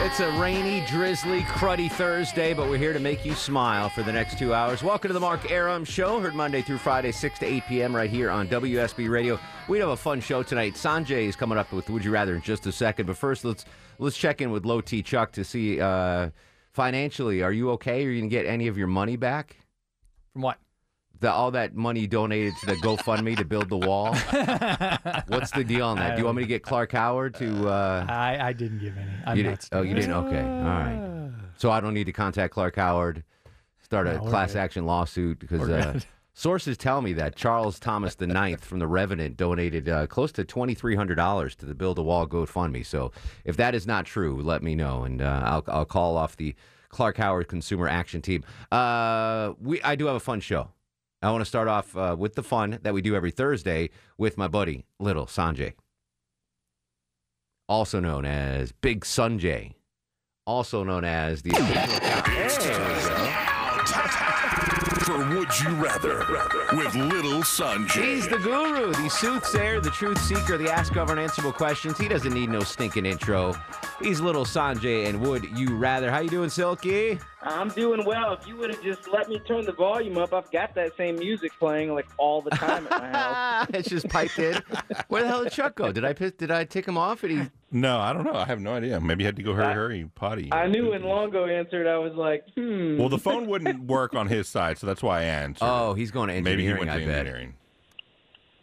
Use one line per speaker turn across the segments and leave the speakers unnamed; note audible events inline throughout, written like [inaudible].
It's a rainy, drizzly, cruddy Thursday, but we're here to make you smile for the next two hours. Welcome to the Mark Aram Show, heard Monday through Friday, 6 to 8 p.m. right here on WSB Radio. We have a fun show tonight. Sanjay is coming up with Would You Rather in just a second, but first let's let's check in with Low T Chuck to see uh, financially, are you okay? Are you going to get any of your money back?
From what?
The, all that money you donated to the GoFundMe to build the
[laughs]
wall. What's the deal on that? Do you want me to get Clark Howard to? Uh,
I, I didn't give any. I'm
you
not.
didn't, oh, you didn't. Okay, all right. So I don't need to contact Clark Howard, start a
No, we're
class
good.
action lawsuit because
We're
uh,
good.
sources tell me that Charles Thomas the Ninth from the Revenant donated uh, close to twenty three hundred dollars to the Build a Wall GoFundMe. So if that is not true, let me know and uh, I'll I'll call off the Clark Howard Consumer Action Team. Uh, we I do have a fun show. I want to start off uh, with the fun that we do every Thursday with my buddy Little Sanjay, also known as Big Sunjay, also known as the.
For Would You Rather with Little Sanjay.
He's the guru, the soothsayer, the truth seeker, the asker of unanswerable questions. He doesn't need no stinking intro. He's little Sanjay and would you rather. How you doing, Silky? [laughs]
I'm doing well. If you would have just let me turn the volume up, I've got that same music playing like all the time
[laughs]
at my house.
it's just piped in. Where the hell did Chuck go? Did I piss, did I tick him off? And he
No, I don't know. I have no idea. Maybe you had to go hurry, hurry, potty.
I knew when Longo answered, I was like, hmm.
Well, the phone
[laughs]
wouldn't work on his side, so that's why I answered.
oh, he's going to
maybe he
engineering.
went to
I bet.
engineering.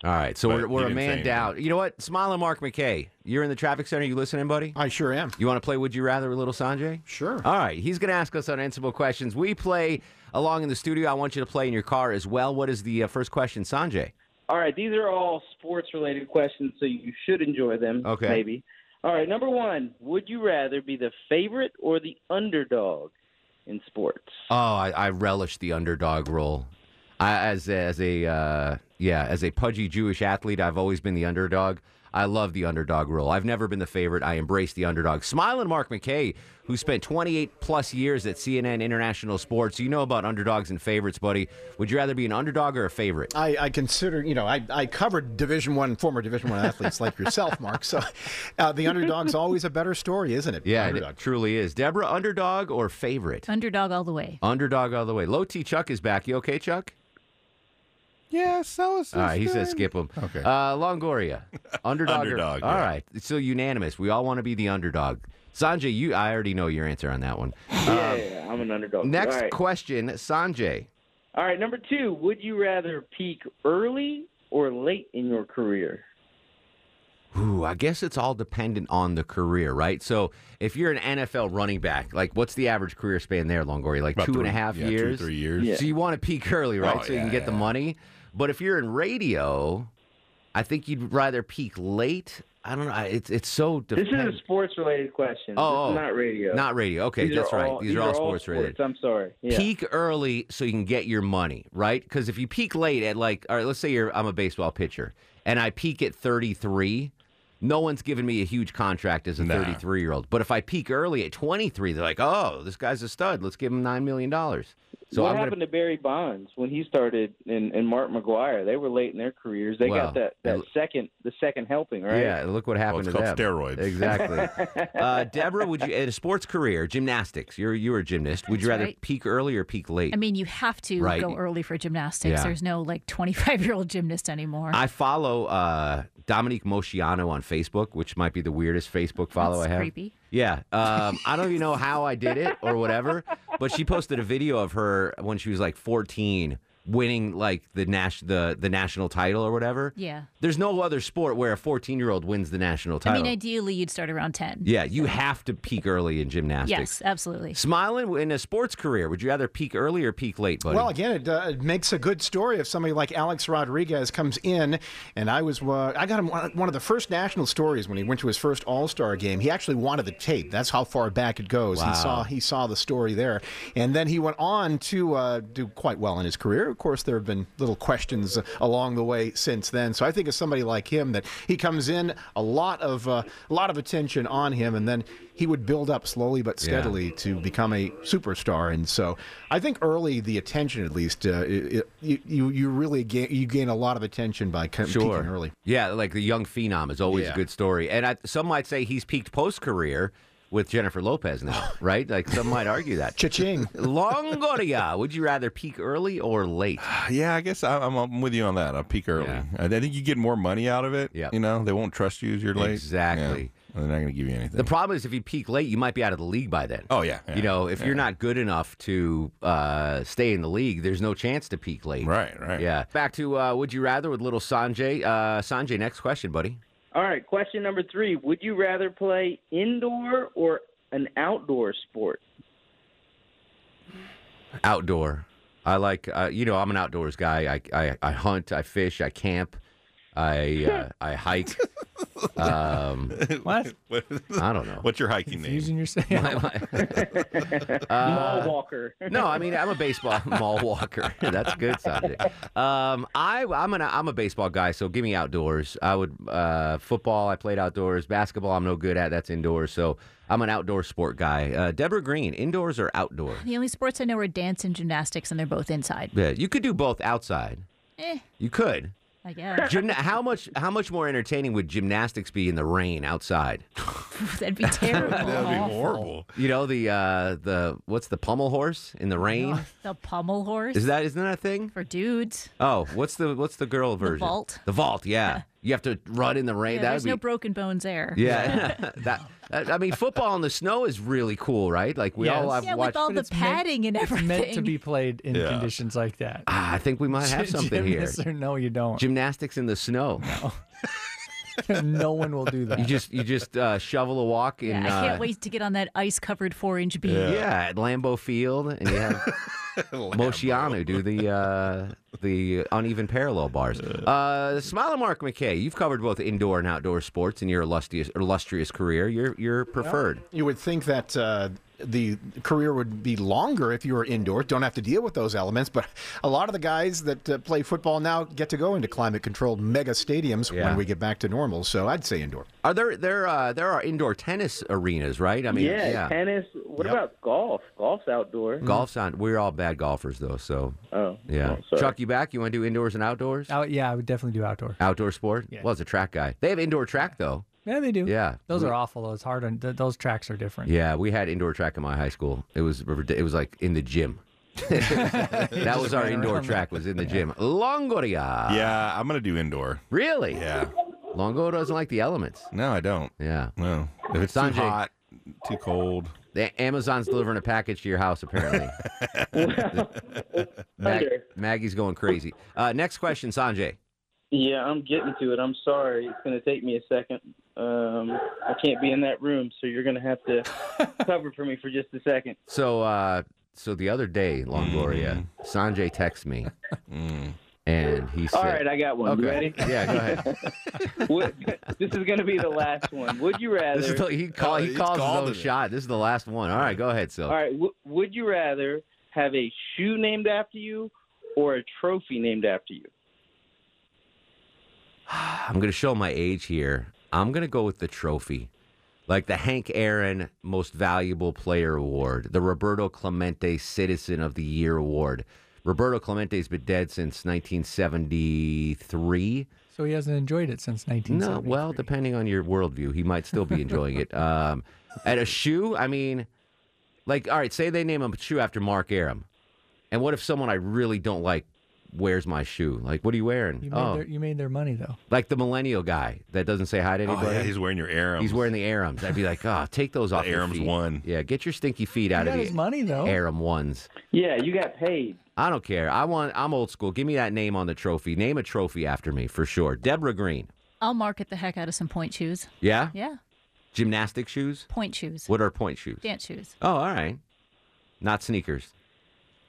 All right, so
But
we're,
he
we're a
didn't say
man
anything.
down. You know what? Smile and Mark McKay. You're in the traffic center. You listening, buddy?
I sure am.
You want to play Would You Rather with Little Sanjay?
Sure.
All right, he's going to ask us unanswerable questions. We play along in the studio. I want you to play in your car as well. What is the uh, first question, Sanjay?
All right, these are all sports related questions, so you should enjoy them.
Okay.
Maybe. All right, number one Would you rather be the favorite or the underdog in sports?
Oh, I, I relish the underdog role. I, as as a uh, yeah, as a pudgy Jewish athlete, I've always been the underdog. I love the underdog role. I've never been the favorite. I embrace the underdog. Smiling Mark McKay, who spent 28 plus years at CNN International Sports. You know about underdogs and favorites, buddy. Would you rather be an underdog or a favorite?
I, I consider, you know, I, I covered Division One, former Division One athletes like yourself, Mark. So uh, the underdog's always a better story, isn't it?
Yeah,
underdog.
it truly is. Deborah, underdog or favorite?
Underdog all the way.
Underdog all the way. Low T Chuck is back. You okay, Chuck?
Yeah, so is
All right, he said skip him.
Okay.
Uh,
[laughs]
Longoria, underdog. or-
Underdog,
All
yeah.
right, it's so unanimous. We all want to be the underdog. Sanjay, you, I already know your answer on that one.
yeah, yeah, I'm an underdog.
Um, Next
All right.
question, Sanjay.
all right, number two Would you rather peak early or late in your career?
Ooh, I guess it's all dependent on the career, right? So if you're an NFL running back, like what's the average career span there, Longoria? Like
About
two and
three-
a half
yeah, two or
years.
three years.
Yeah.
So you want to peak early, right?
Oh,
so you can
yeah,
get the
yeah.
money. But if you're in radio, I think you'd rather peak late. I don't know. I- It's it's so.
This
dependent.
is a sports related question.
Oh,
this is
oh,
not radio.
Not radio. Okay,
These
that's
are
right.
all-
these, are, all sports, related.
I'm sorry. Yeah.
Peak early so you can get your money, right? Because if you peak late at like, all right, let's say you're I'm a baseball pitcher and I peak at 33. No one's given me a huge contract as a
Nah.
33 year old. But if I peak early at 23, they're like, oh, this guy's a stud. Let's give him $9 million. So
what
I'm
happened
going
to Barry Bonds when he started and, and Mark McGuire? They were late in their careers. They
Well,
got that, that
it-
second the second helping, right?
Yeah, look what
Well,
happened
it's
to
called
them.
steroids.
Exactly.
[laughs]
uh, Deborah, would you, in a sports career, gymnastics, you're, you're a gymnast, would you
That's
rather
right.
peak early or peak late?
I mean, you have to
Right.
go early for gymnastics.
Yeah.
There's no like 25 year old gymnast anymore.
I follow uh, Dominique Mosciano on Facebook, which might be the weirdest Facebook follow
That's
I have.
creepy.
Yeah, um, I don't even
[laughs]
know how I did it or whatever, but she posted a video of her when she was like 14, winning like the nas- the the national title or whatever.
yeah.
There's no other sport where a 14 year old wins the national
I
title.
mean, ideally, you'd start around 10.
yeah, you have to peak early in gymnastics.
Yes, absolutely.
Smiling in a sports career, would you rather peak early or peak late, buddy?
Well, again, it, uh, it makes a good story if somebody like Alex Rodriguez comes in, and I was uh, I got him one, one of the first national stories when he went to his first All Star game. He actually wanted the tape. That's how far back it goes. He saw he saw the story there, and then he went on to uh, do quite well in his career. of course, there have been little questions uh, along the way since then. So I think of somebody like him that he comes in a lot of uh, a lot of attention on him, and then he would build up slowly but steadily to become a superstar. And so I think early the attention, at least, uh, it, it- you- you you really gain you gain a lot of attention by kind of peaking early.
Yeah, like the young phenom is always a
Yeah.
good story. And I, some might say he's peaked post career with Jennifer Lopez
[laughs]
now, right? Like some might argue that. [laughs]
Cha-ching.
Longoria, would you rather peak early or late?
[sighs] Yeah, I guess I- I'm, I'm with you on that. I'll peak early.
Yeah.
I I think you get more money out of it.
Yeah.
You know, they won't trust you if you're late.
Exactly.
Yeah. They're not going to give you anything.
The problem is if you peak late, you might be out of the league by then.
oh, yeah. yeah.
You know, if
Yeah.
you're not good enough to uh, stay in the league, there's no chance to peak late.
Right, right.
Yeah. Back to uh, Would You Rather with little Sanjay. Uh, Sanjay, next question, buddy.
All right, question number three. Would you rather play indoor or an outdoor sport?
Outdoor. I like, uh, you know, I'm an outdoors guy. I, I, I hunt, I fish, I camp, I uh, I hike. Um,
What?
What-
I don't know.
What's your hiking name?
Using your yeah.
[laughs]
[laughs] Mall walker.
Uh, No, I mean I'm a
[laughs]
baseball mall walker. [laughs] That's good, Sanjay. Um, I I'm an I'm a baseball guy, so give me outdoors. I would uh, football. I played outdoors. Basketball, I'm no good at. That's indoors. So I'm an outdoor sport guy. Uh, Deborah Green, indoors or outdoor?
The only sports I know are dance and gymnastics, and they're both inside.
Yeah, you could do both outside.
Eh,
You could.
I guess
[laughs] Gymna- how much how much more entertaining would gymnastics be in the rain outside?
[laughs] that'd be
[laughs]
terrible.
That'd be horrible.
You know the uh, the what's the pummel horse in the rain?
The pommel horse
Is that isn't that a thing?
Oh, for dudes.
Oh, what's the what's the girl version?
vault.
The vault, yeah. You have to run in the rain.
Yeah,
that
there's
would be
no broken
[laughs]
bones there. [laughs]
yeah. that, that- I mean, football in the snow is really cool, right? Like we all
Yes.
have
Yeah, with
watched.
all
But
the
it's meant-
padding and
it's
everything.
meant to be played in
Yeah.
conditions like that.
Ah, I think we
[laughs]
might have something here.
Gymnasts Or no, you don't. [laughs]
Gymnastics in the snow.
no one will do that.
You just you just uh, shovel a walk in.
Yeah, I
uh,
can't wait to get on that ice-covered four-inch beam.
Yeah, at Lambeau Field, and you have Moshianu do the uh, the uneven parallel bars. Uh, Smile and Mark McKay, you've covered both indoor and outdoor sports in your illustrious illustrious career. You're you're preferred.
You would think that uh, the career would be longer if you were indoors. Don't have to deal with those elements, but a lot of the guys that uh, play football now get to go into climate-controlled mega stadiums
Yeah.
when we get back to normal. So I'd say indoor.
Are there there uh, there are indoor tennis arenas, right? I mean,
yeah, tennis. What
Yep.
about golf? Golf's outdoor.
Golf's on. We're all bad golfers though, so
Oh,
yeah.
oh, sorry.
Chuck, you back? You want to do indoors and outdoors?
Out, oh, yeah, I would definitely do outdoor.
Outdoor sport?
Yeah.
Well, as a track guy, they have indoor track though.
Yeah, they do.
Yeah.
Those are awful. Those hard. On, th- those tracks are different.
Yeah, we had indoor track in my high school. It was rid- it was like in the
[laughs]
gym. [laughs] that was our
ran
[laughs]
indoor
around.
track was in the gym. Longoria.
Yeah, I'm going to do indoor.
Really?
Yeah.
Longoria doesn't like the elements.
No, I don't.
Yeah.
No. If it's
Sanjay.
too hot, too cold.
The Amazon's delivering a package to your house
[laughs]
apparently. Mag-
Thunder.
Maggie's going crazy. Uh, next question, Sanjay.
Yeah, I'm getting to it. I'm sorry. It's going to take me a second. Um, I can't be in that room, so you're going to have
[laughs]
to cover for me for just a second.
So, uh, so the other day, Longoria, Sanjay texted me,
Mm.
and he said,
All right, I got one. You ready?
Yeah, go ahead.
[laughs] Would- this is going to be the last one. Would you
[laughs]
rather?
This is the, he call,
Oh,
he
he's
calls his
called
own
it.
shot. This is the last one. All right, go ahead, Sil.
All right. W- would you rather have a shoe named after you or a trophy named after you?
I'm gonna show my age here. I'm gonna go with the trophy, like the Hank Aaron Most Valuable Player Award, the Roberto Clemente Citizen of the Year Award. Roberto Clemente's been dead since 1973.
So he hasn't enjoyed it since 1973.
No, well, depending on your worldview, he might still be enjoying it. Um, at a shoe, I mean, like, all right, say they name a shoe after Mark Aram, and what if someone I really don't like wears my shoe? Like, what are you wearing?
You made,
oh,
their, you made their money though.
like the millennial guy that doesn't say hi to
Oh,
anybody.
yeah, he's wearing your Arums.
He's wearing the Arams. I'd be like, oh, take those off. your
Arams
feet."
won.
Yeah, get your stinky feet out
He
of
got his
the
money though.
Aram ones.
Yeah, you got paid.
I don't care. I want. I'm old school. Give me that name on the trophy. Name a trophy after me for sure. Deborah Green.
I'll market the heck out of some point shoes.
Yeah.
Yeah,
Gymnastic shoes.
point shoes,
What are point shoes?
dance shoes.
Oh, all right. Not sneakers.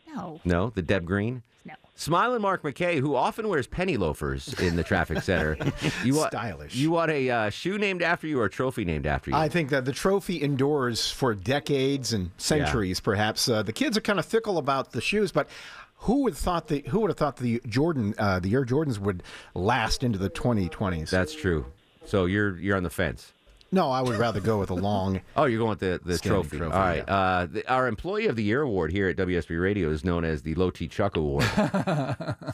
No,
No, the Deb Green.
no.
Smiling Mark McKay, who often wears penny loafers in the traffic
[laughs]
center. You want,
Stylish.
You want a uh, shoe named after you or a trophy named after you?
I think that the trophy endures for decades and centuries, perhaps. Uh, the kids are kind of fickle about the shoes, but Who would thought the Who would have thought the Jordan uh, the Air Jordans would last into the 2020s?
That's true. So you're you're on the fence.
no, I would rather go with a long.
Oh, you're going with the, the
Standing
trophy.
trophy,
All right. Uh, the, our Employee of the Year award here at WSB Radio is known as the Low T Chuck
[laughs]
Award.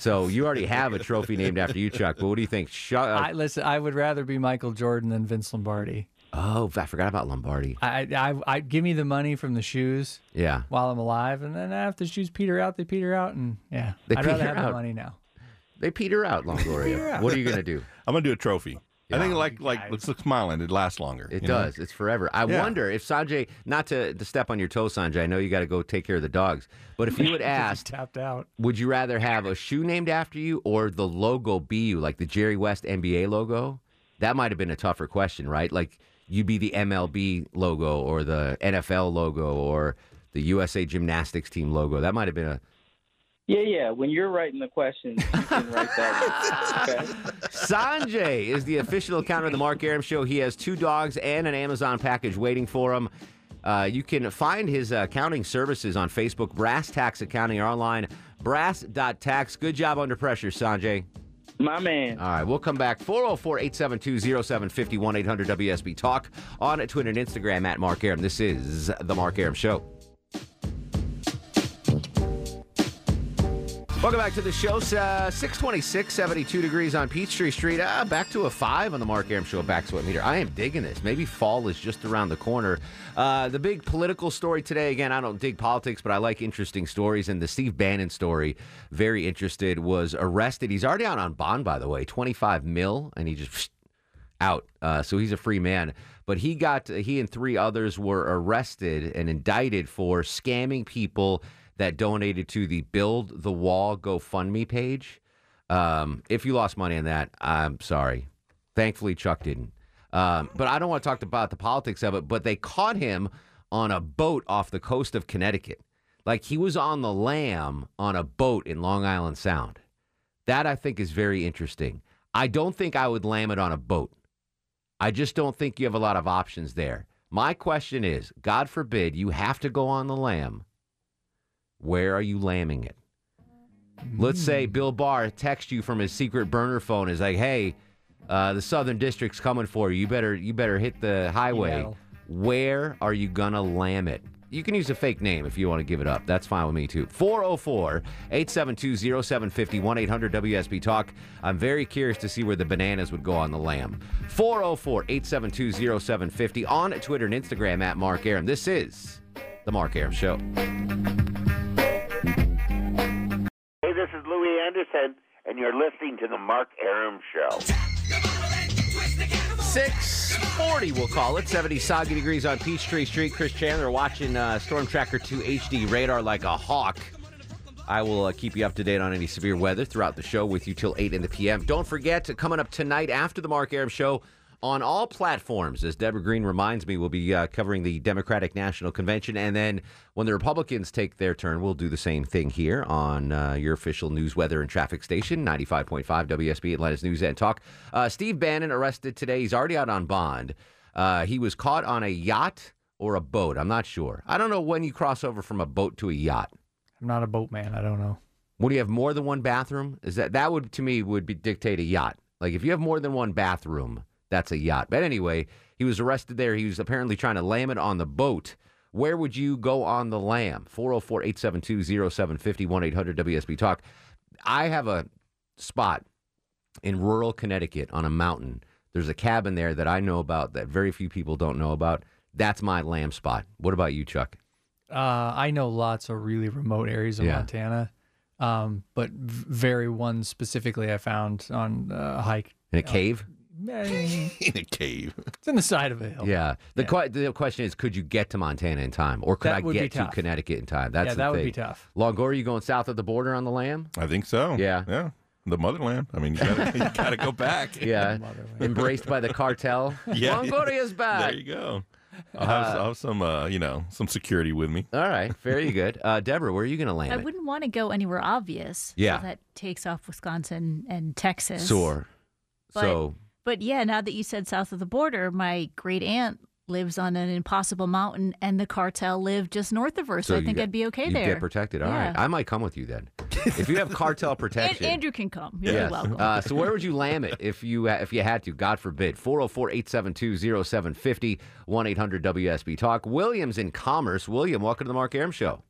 so you already have a trophy named after you, Chuck. But what do you think? uh, Chuck,
I listen. I would rather be Michael Jordan than Vince Lombardi.
oh, I forgot about Lombardi.
I, I, I give me the money from the shoes
Yeah.
while I'm alive, and then if the shoes peter out, they peter out, and yeah,
They
I'd rather
peter
have
out.
the money now.
They peter out,
[laughs]
Longoria. What are you going to do?
I'm gonna do a trophy. I think like like let's look smiling. It lasts longer.
It
you know?
does. It's forever. I
Yeah.
wonder if Sanjay, not to, to step on your toe, Sanjay, I know you got to go take care of the dogs, but if
[laughs]
you had asked,
Tapped out.
would you rather have a shoe named after you or the logo be you, like the Jerry West NBA logo? That might have been a tougher question, right? Like you be the MLB logo or the NFL logo or the USA gymnastics team logo. That might have been a
Yeah, yeah. When you're writing the questions, you can write
[laughs]
that. one, Okay?
Sanjay is the official account of the Mark Aram Show. He has two dogs and an Amazon package waiting for him. Uh, you can find his uh, accounting services on Facebook, Brass Tax Accounting, or online, brass.tax. Good job under pressure, Sanjay.
My man.
All right, we'll come back 404 872 0751 800 WSB Talk on Twitter and Instagram at Mark Aram. This is The Mark Aram Show. Welcome back to the show. It's, Uh, 626, 72 degrees on Peachtree Street. Ah, back to a five on the Mark Aram Show back sweat meter. I am digging this. Maybe fall is just around the corner. Uh, the big political story today, again, I don't dig politics, but I like interesting stories. And the Steve Bannon story, very interested, was arrested. He's already out on bond, by the way, 25 mil, and he just out. Uh, so he's a free man. But he got he and three others were arrested and indicted for scamming people that donated to the Build the Wall GoFundMe page. Um, if you lost money on that, I'm sorry. Thankfully, Chuck didn't. Um, but I don't want to talk about the politics of it. But they caught him on a boat off the coast of Connecticut. Like he was on the lam on a boat in Long Island Sound. That I think is very interesting. I don't think I would lam it on a boat. I just don't think you have a lot of options there. My question is God forbid you have to go on the lamb. Where are you lambing it? Let's say Bill Barr texts you from his secret burner phone is like, hey, uh, the Southern District's coming for you. You better you better hit the highway.
Email.
Where are you gonna lamb it? You can use a fake name if you want to give it up. That's fine with me too. 404 872 0751 800 WSB Talk. I'm very curious to see where the bananas would go on the lamb. 404 872 0750 on Twitter and Instagram at Mark Aram. This is The Mark Aram Show.
Hey, this is Louis Anderson, and you're listening to the Mark Aram Show.
640, we'll call it. 70 soggy degrees on Peachtree Street. Chris Chandler watching uh, Storm Tracker 2 HD radar like a hawk. I will uh, keep you up to date on any severe weather throughout the show with you till 8 in the p.m. Don't forget, uh, coming up tonight after the Mark Aram Show on all platforms, as Deborah Green reminds me, we'll be uh, covering the Democratic National Convention. And then when the Republicans take their turn, we'll do the same thing here on uh, your official news, weather, and traffic station, 95.5 WSB, Atlanta's News and Talk. Uh, Steve Bannon arrested today. He's already out on bond. Uh, he was caught on a yacht or a boat. I'm not sure. I don't know when you cross over from a boat to a yacht.
I'm not a boatman. I don't know.
When you have more than one bathroom, is that that would to me would be dictate a yacht. Like if you have more than one bathroom, that's a yacht. But anyway, he was arrested there. He was apparently trying to lam it on the boat. Where would you go on the lam? 404-872-0750 1-800-WSB Talk. I have a spot in rural Connecticut on a mountain. There's a cabin there that I know about that very few people don't know about. That's my lamb spot. What about you, Chuck?
Uh, I know lots of really remote areas of
Yeah.
Montana, um, but v- very one specifically I found on uh, a hike.
In a cave?
Eh,
[laughs] In a cave.
It's in the side of a hill.
Yeah. The, que- the question is, could you get to Montana in time, or could
That
I
would be
get to
tough.
Connecticut in time? That's
Yeah,
the
that would be
thing.
tough.
Longoria, you going south of the border on the lamb?
I think so.
Yeah.
Yeah. The motherland. I mean, you gotta, [laughs] you gotta go back.
Yeah.
Motherland.
Embraced by the cartel.
[laughs] Yeah.
Longoria's back.
There you go. I'll have, I'll have some, uh, you know, some security with me.
All right. Very good. Uh, Deborah, where are you going to land?
I
it?
wouldn't want to go anywhere obvious.
Yeah.
So that takes off Wisconsin and Texas.
Sore.
But-
so
But yeah, now that you said south of the border, my great aunt lives on an impossible mountain, and the cartel live just north of her. So, I
you
think
get-
I'd be okay
you
there.
Get protected. All right,
Yeah.
I might come with you then. If you have
[laughs]
cartel
And
protection.
Andrew can come. You're
Yes.
welcome.
Uh, so where would you lam it if you uh, if you had to? God forbid. 404-872-0750, 1-800-WSB Talk. William's in Commerce. William, welcome to the Mark Aram Show.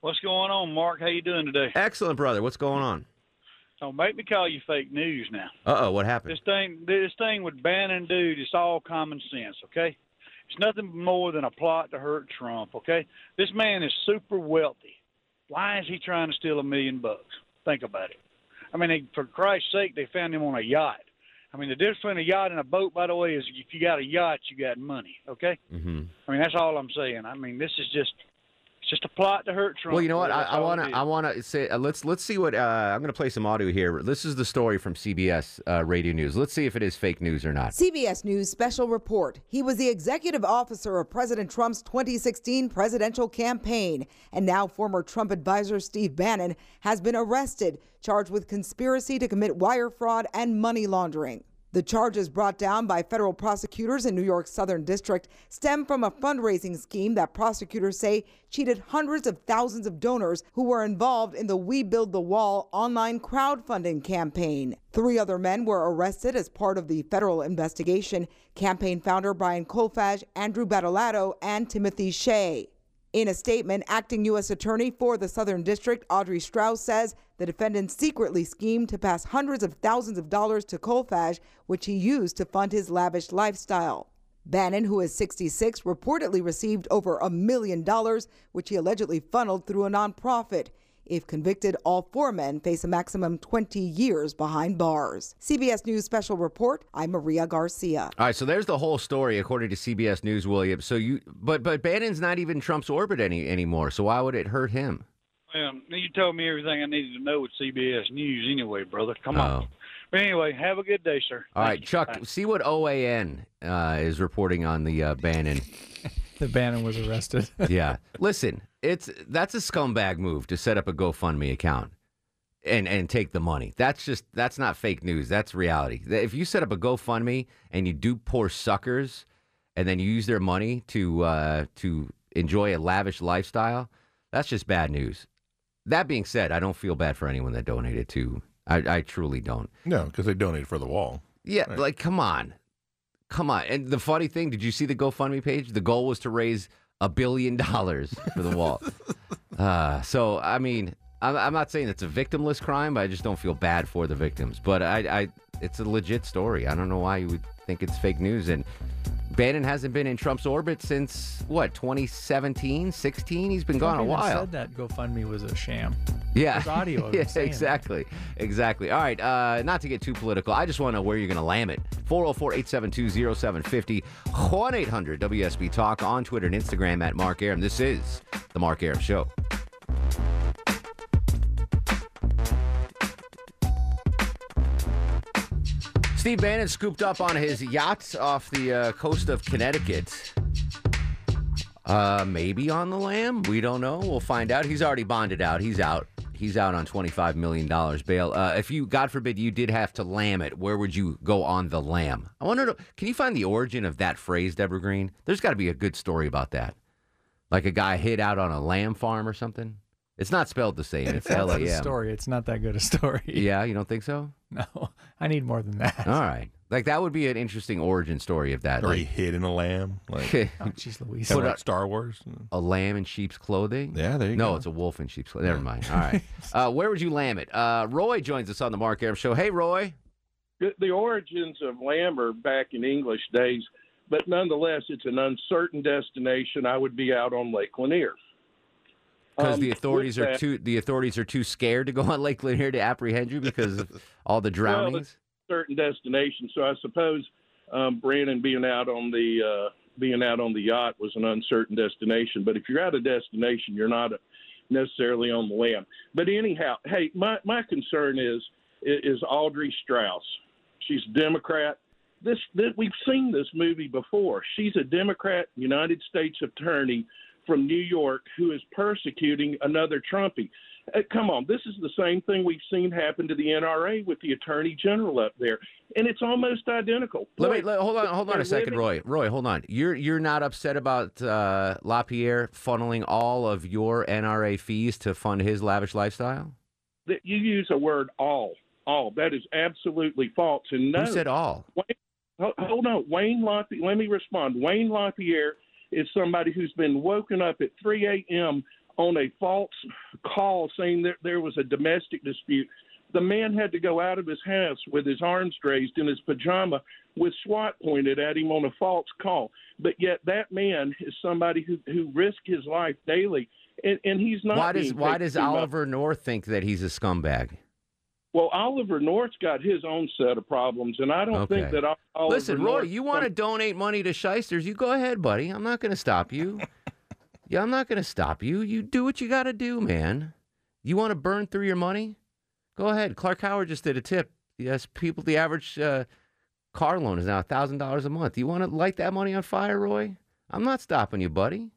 What's going on, Mark? How you doing today?
Excellent, brother. What's going on?
Don't make me call you fake news now.
Uh-oh, what happened?
This thing, this thing with Bannon, dude, it's all common sense. Okay, it's nothing more than a plot to hurt Trump. Okay, this man is super wealthy. Why is he trying to steal a million bucks? Think about it. I mean, they, for Christ's sake, they found him on a yacht. I mean, the difference between a yacht and a boat, by the way, is if you got a yacht, you got money. Okay,
[laughs]
mm-hmm.
I mean that's all I'm saying. I mean, this is just, it's just a plot to hurt Trump.
Well, you know what? I,
That's
I
all it
want
is.
to. I want to say. Uh, let's let's see what. Uh, I'm going to play some audio here. This is the story from CBS uh, Radio News. Let's see if it is fake news or not.
CBS News special report. He was the executive officer of President Trump's 2016 presidential campaign, and now former Trump advisor Steve Bannon has been arrested, charged with conspiracy to commit wire fraud and money laundering. The charges brought down by federal prosecutors in New York's Southern District stem from a fundraising scheme that prosecutors say cheated hundreds of thousands of donors who were involved in the We Build the Wall online crowdfunding campaign. Three other men were arrested as part of the federal investigation campaign founder Brian Colfage, Andrew Battolato, and Timothy Shea. In a statement, acting U.S. Attorney for the Southern District, Audrey Strauss says the defendant secretly schemed to pass hundreds of thousands of dollars to Colfage, which he used to fund his lavish lifestyle. Bannon, who is 66, reportedly received over a million dollars, which he allegedly funneled through a nonprofit. If convicted, all four men face a maximum 20 years behind bars. CBS News Special Report, I'm Maria Garcia.
All right, so there's the whole story according to CBS News, William. So you, but but Bannon's not even Trump's orbit any anymore. So why would it hurt him?
Um, you told me everything I needed to know with CBS News anyway, brother. Come
Oh.
on. But anyway, have a good day, sir.
All
Thank
right,
you.
Chuck,
Bye.
see what OAN uh, is reporting on the uh, Bannon.
The Bannon was arrested.
yeah, listen, it's that's a scumbag move to set up a GoFundMe account and and take the money. That's just that's not fake news. That's reality. That If you set up a GoFundMe and you do poor suckers, and then you use their money to uh, to enjoy a lavish lifestyle, that's just bad news. That being said, I don't feel bad for anyone that donated to. I, I truly don't.
No, because they donated for the wall.
Yeah, like come on, come on. And the funny thing, did you see the GoFundMe page? The goal was to raise a billion dollars for the wall. uh, so I mean, I'm, I'm not saying it's a victimless crime, but I just don't feel bad for the victims. But I, I, it's a legit story. I don't know why you would think it's fake news. And Bannon hasn't been in Trump's orbit since what 2017, 16. He's [laughs] been gone a
Trump even
while.
Said that GoFundMe was a sham.
Yeah.
There's
[laughs]
audio of him
yeah,
saying that.
exactly. Exactly. All right. Uh, not to get too political, I just want to know where you're going to lam it. 404 872 0750, 1 800 WSB Talk on Twitter and Instagram at Mark Aram. This is The Mark Aram Show. Steve Bannon scooped up on his yacht off the uh, coast of Connecticut. Uh, maybe on the lam. We don't know. We'll find out. He's already bonded out. He's out. He's out on twenty-five million dollars bail. Uh, if you, God forbid, you did have to lam it, where would you go on the lam? I wonder. to- Can you find the origin of that phrase, Deborah Green? There's got to be a good story about that. Like a guy hid out on a lamb farm or something. It's not spelled the same. It's L
[laughs] That's
A
the
M.
story. It's not that good a story. [laughs]
Yeah, you don't think so?
No, I need more than that.
All right. Like that would be an interesting origin story of that.
Or he
Like,
hid in a lamb.
[laughs]
Like, kinda
Oh, jeez, Louise.
like Star Wars.
a lamb in sheep's clothing.
Yeah, there you
no,
go.
it's a wolf in sheep's clothing. Never mind. All
[laughs]
right. Uh, where would you lamb it? Uh, Roy joins us on the Mark Aram Show. Hey, Roy.
the- the origins of lamb are back in English days, but nonetheless, it's an uncertain destination. I would be out on Lake Lanier.
Because
Um,
the
with
authorities are
that-
too the authorities are too scared to go on Lake Lanier to apprehend you because of all
[laughs]
the drownings.
it's- certain destination. So I suppose um, Brandon being out on the uh, being out on the yacht was an uncertain destination. But if you're at a destination, you're not necessarily on the land. But anyhow, hey, my my concern is is Audrey Strauss. She's a Democrat. This, this we've seen this movie before. She's a Democrat United States attorney from New York who is persecuting another Trumpy. Uh, come on, this is the same thing we've seen happen to the NRA with the Attorney General up there, and it's almost identical.
Let me
Boy,
let- hold on. Hold on
they're
a second, Roy.
living-
Roy, hold on. You're you're not upset about uh, Lapierre funneling all of your NRA fees to fund his lavish lifestyle?
that you use a word all. All that is absolutely false. And no,
Who said all?
Wayne, ho- hold on, Wayne Lapierre. Let me respond. Wayne Lapierre is somebody who's been woken up at 3 a.m. on a false call saying that there was a domestic dispute. The man had to go out of his house with his arms raised in his pajama with SWAT pointed at him on a false call. But yet that man is somebody who, who risks his life daily, and, and he's not.
Why does
being
Why
paid
does
too much.
Oliver North think that he's a scumbag?
Well, Oliver North's got his own set of problems, and I don't think
Okay.
that Ol-
Oh,
Oliver.
Listen, Roy,
North,
you want to donate money to shysters? You go ahead, buddy. I'm not going to stop
[laughs]
you. yeah, I'm not going to stop you. You do what you got to do, man. You want to burn through your money? Go ahead. Clark Howard just did a tip. Yes, people, the average uh, car loan is now $1,000 a month. You want to light that money on fire, Roy? I'm not stopping you, buddy.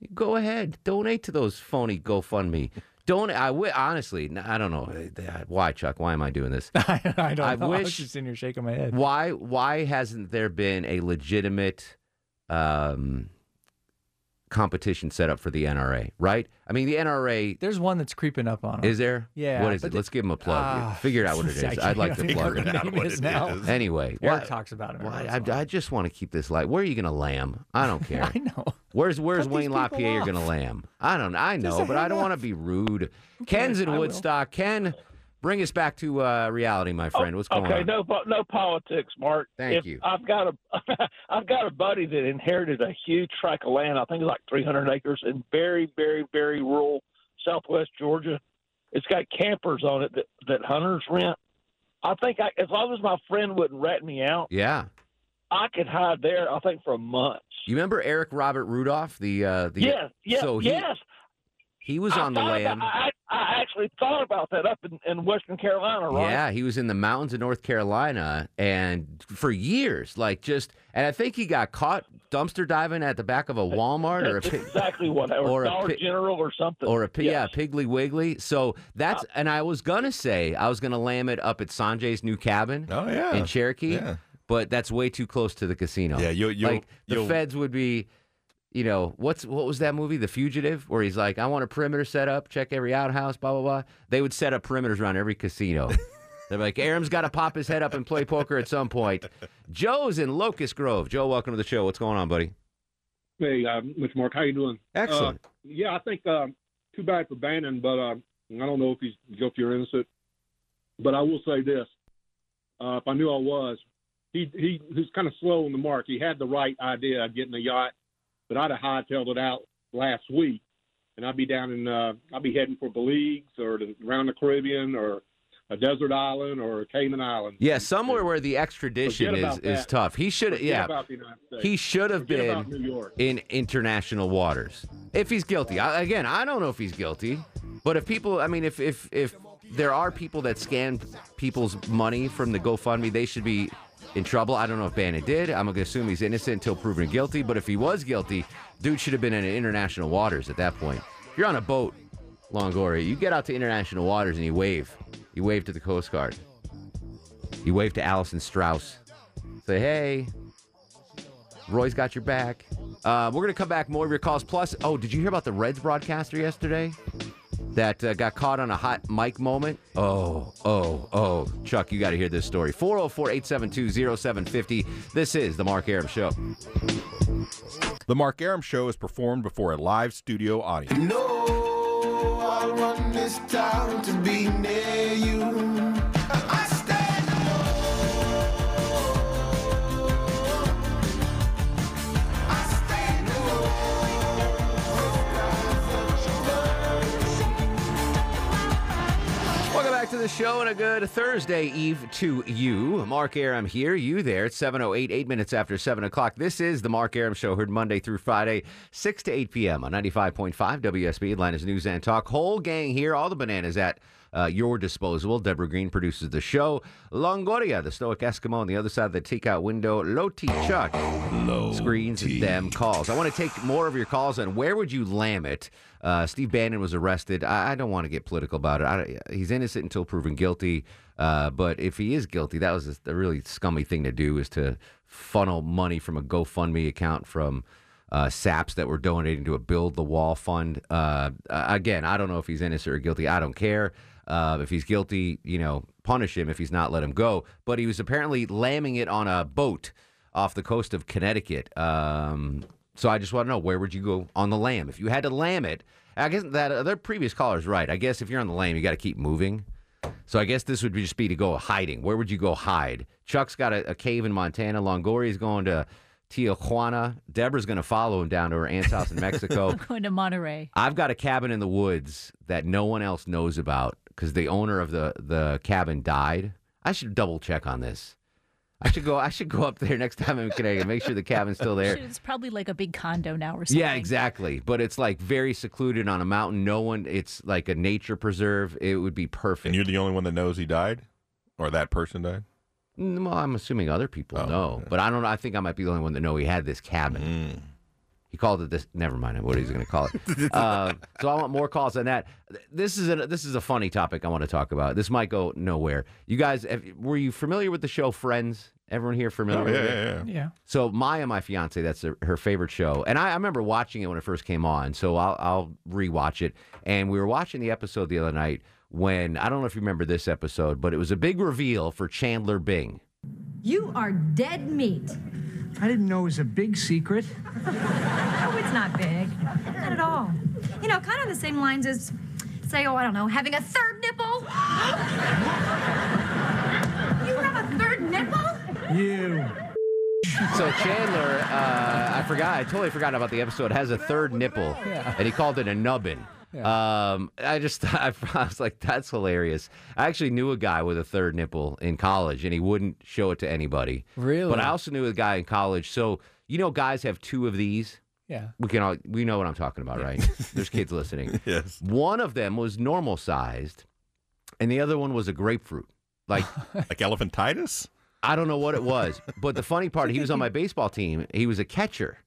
You Go ahead. Donate to those phony GoFundMe. Don't I wi- honestly? n- I don't know Uh, why, Chuck. Why am I doing this?
[laughs] [laughs] I don't
I
know. I was
wish-
just sitting here shaking my head.
Why why hasn't there been a legitimate um, competition set up for the NRA? Right? I mean, the NRA
There's one that's creeping up on him.
is there?
Yeah,
What is
but
it? Let's give him a plug.
Ah,
Figure it out what it
[laughs] I
is. I'd like to
can't
plug
figure
it
out what it is.
Anyway,
Eric
why-
talks about it. every
why-
once in a
I, I just want to keep this light. Where are you going to lamb? I
[laughs]
don't care. I know. Where's Where's
Cut these
Wayne
people
LaPierre going to
off.
lamb? I don't. I know,
Just
but I
hang
don't
up.
want to be rude. Ken's in
I will.
Woodstock. Ken, bring us back to uh, reality, my
Oh,
friend. What's going
okay,
on?
no, po- no politics, Mark.
Thank
If-
you.
I've got a, [laughs] I've got a buddy that inherited a huge tract of land. I think it's like 300 acres in very, very, very rural Southwest Georgia. It's got campers on it that that hunters rent. I think I, as long as my friend wouldn't rat me out,
Yeah.
I could hide there. I think for a month.
You remember Eric Robert Rudolph? The uh, the
yes, yes,
so he,
yes.
He was on the
Thought
lam.
about- I, I actually thought about that up in, in Western Carolina, right?
Yeah, he was in the mountains of North Carolina, and for years, like just, and I think he got caught dumpster diving at the back of a Walmart or a
That's
pig,
[laughs] exactly what or,
or a
Dollar
pi-
General or something.
or a pi-
Yes.
yeah Piggly Wiggly. So that's, and I was gonna say I was gonna lam it up at Sanjay's new cabin.
Oh, yeah.
in Cherokee.
Yeah.
But that's way too close to the casino.
Yeah, you'll- you'll-
like the
you'll-
feds would be. You know what's what was that movie, The Fugitive, where he's like, "I want a perimeter set up, check every outhouse, blah blah blah." They would set up perimeters around every
[laughs]
casino. They're like, "Aram's got to pop his head up and play poker at some point."
[laughs]
Joe's in Locust Grove. Joe, welcome to the show. What's going on, buddy?
Hey, uh, Mr. Mark, how you doing?
Excellent.
Uh, yeah, I think um, too bad for Bannon, but uh, I don't know if he's guilty or innocent. But I will say this: uh, if I knew I was, he he he's kind of slow on the mark. He had the right idea of getting a yacht, but I'd have hightailed it out last week, and I'd be down in uh, I'd be heading for Belize or to, around the Caribbean or a desert island or a Cayman island.
Yeah, somewhere where the extradition
Forget
is,
about
is
that.
tough. He should,
Forget
yeah,
about the United States.
he should have
Forget about New
been
York.
in international waters if he's guilty. I, again, I don't know if he's guilty, but if people, I mean, if if if there are people that scam people's money from the GoFundMe, they should be in trouble. I don't know if Bannon did. I'm gonna assume he's innocent until proven guilty. But if he was guilty, dude should have been in international waters at that point. You're on a boat, Longoria. You get out to international waters and you wave. You wave to the Coast Guard. You wave to Allison Strauss. Say, hey, Roy's got your back. Uh, we're going to come back more of your calls. Plus, oh, did you hear about the Reds broadcaster yesterday that uh, got caught on a hot mic moment? Oh, oh, oh. Chuck, you got to hear this story. 404 872 0750. This is The Mark Aram Show.
The Mark Aram Show is performed before a live studio audience.
know I want this town to be near you. I stand
Welcome back to the show and a good Thursday eve to you. Mark Aram here, you there. It's 7.08, eight minutes after 7 o'clock. This is the Mark Aram Show, heard Monday through Friday, 6 to 8 p.m. on 95.5 WSB, Atlanta's News and Talk. Whole gang here, all the bananas at uh, your disposal. Deborah Green produces the show. Longoria, the stoic Eskimo on the other side of the takeout window. Loti Chuck screens them calls. I want to take more of your calls on where would you lam it? Uh, Steve Bannon was arrested. I, I don't want to get political about it. I, he's innocent until proven guilty. Uh, but if he is guilty, that was a, a really scummy thing to do is to funnel money from a GoFundMe account from uh, saps that were donating to a Build the Wall fund. Uh, uh, again, I don't know if he's innocent or guilty. I don't care. Uh, if he's guilty, you know, punish him. If he's not, let him go. But he was apparently lambing it on a boat off the coast of Connecticut. Um, so I just want to know where would you go on the lamb if you had to lamb it? I guess that other previous caller's right. I guess if you're on the lamb, you got to keep moving. So I guess this would be just be to go hiding. Where would you go hide? Chuck's got a, a cave in Montana. Longoria's going to Tijuana. Deborah's going to follow him down to her aunt's house in Mexico.
I'm [laughs] going to Monterey.
I've got a cabin in the woods that no one else knows about because the owner of the, the cabin died. I should double check on this. I should go. I should go up there next time I'm in Connecticut. Make sure the cabin's still there.
It's probably like a big condo now or something.
Yeah, exactly. But it's like very secluded on a mountain. No one. It's like a nature preserve. It would be perfect.
And you're the only one that knows he died, or that person died.
Mm, Well, I'm assuming other
Oh,
people know, but I don't. know. I think I might be the only one to know he had this cabin.
Mm.
He called it this. Never mind what he's going to call
[laughs]
it. uh, so I want more calls on that. This is a this is a funny topic I want to talk about. This might go nowhere. You guys, have, were you familiar with the show Friends? Everyone here familiar?
Oh,
with
yeah,
it?
yeah, yeah.
Yeah.
So Maya, my fiance, that's her, her favorite show, and I, I remember watching it when it first came on. So I'll, I'll rewatch it, and we were watching the episode the other night when I don't know if you remember this episode, but it was a big reveal for Chandler Bing.
You are dead meat.
I didn't know it was a big secret.
Oh, it's not big. Not at all. You know, kind of the same lines as, say, oh, I don't know, having a third nipple. [gasps] you have a third nipple?
You. So Chandler, uh, I forgot, I totally forgot about the episode. Has a third nipple,
Yeah.
and he called it a nubbin. Um, I just, [laughs] I, was like, that's hilarious. I actually knew a guy with a third nipple in college, and he wouldn't show it to anybody.
Really?
But I also knew a guy in college. So you know, guys have two of these.
Yeah.
We can all we know what I'm talking about, right? There's kids listening. yes. One of them was normal sized, and the other one was a grapefruit, like [laughs] like elephantitis. I don't know what it was, but the funny part, he was on my baseball team. He was a catcher.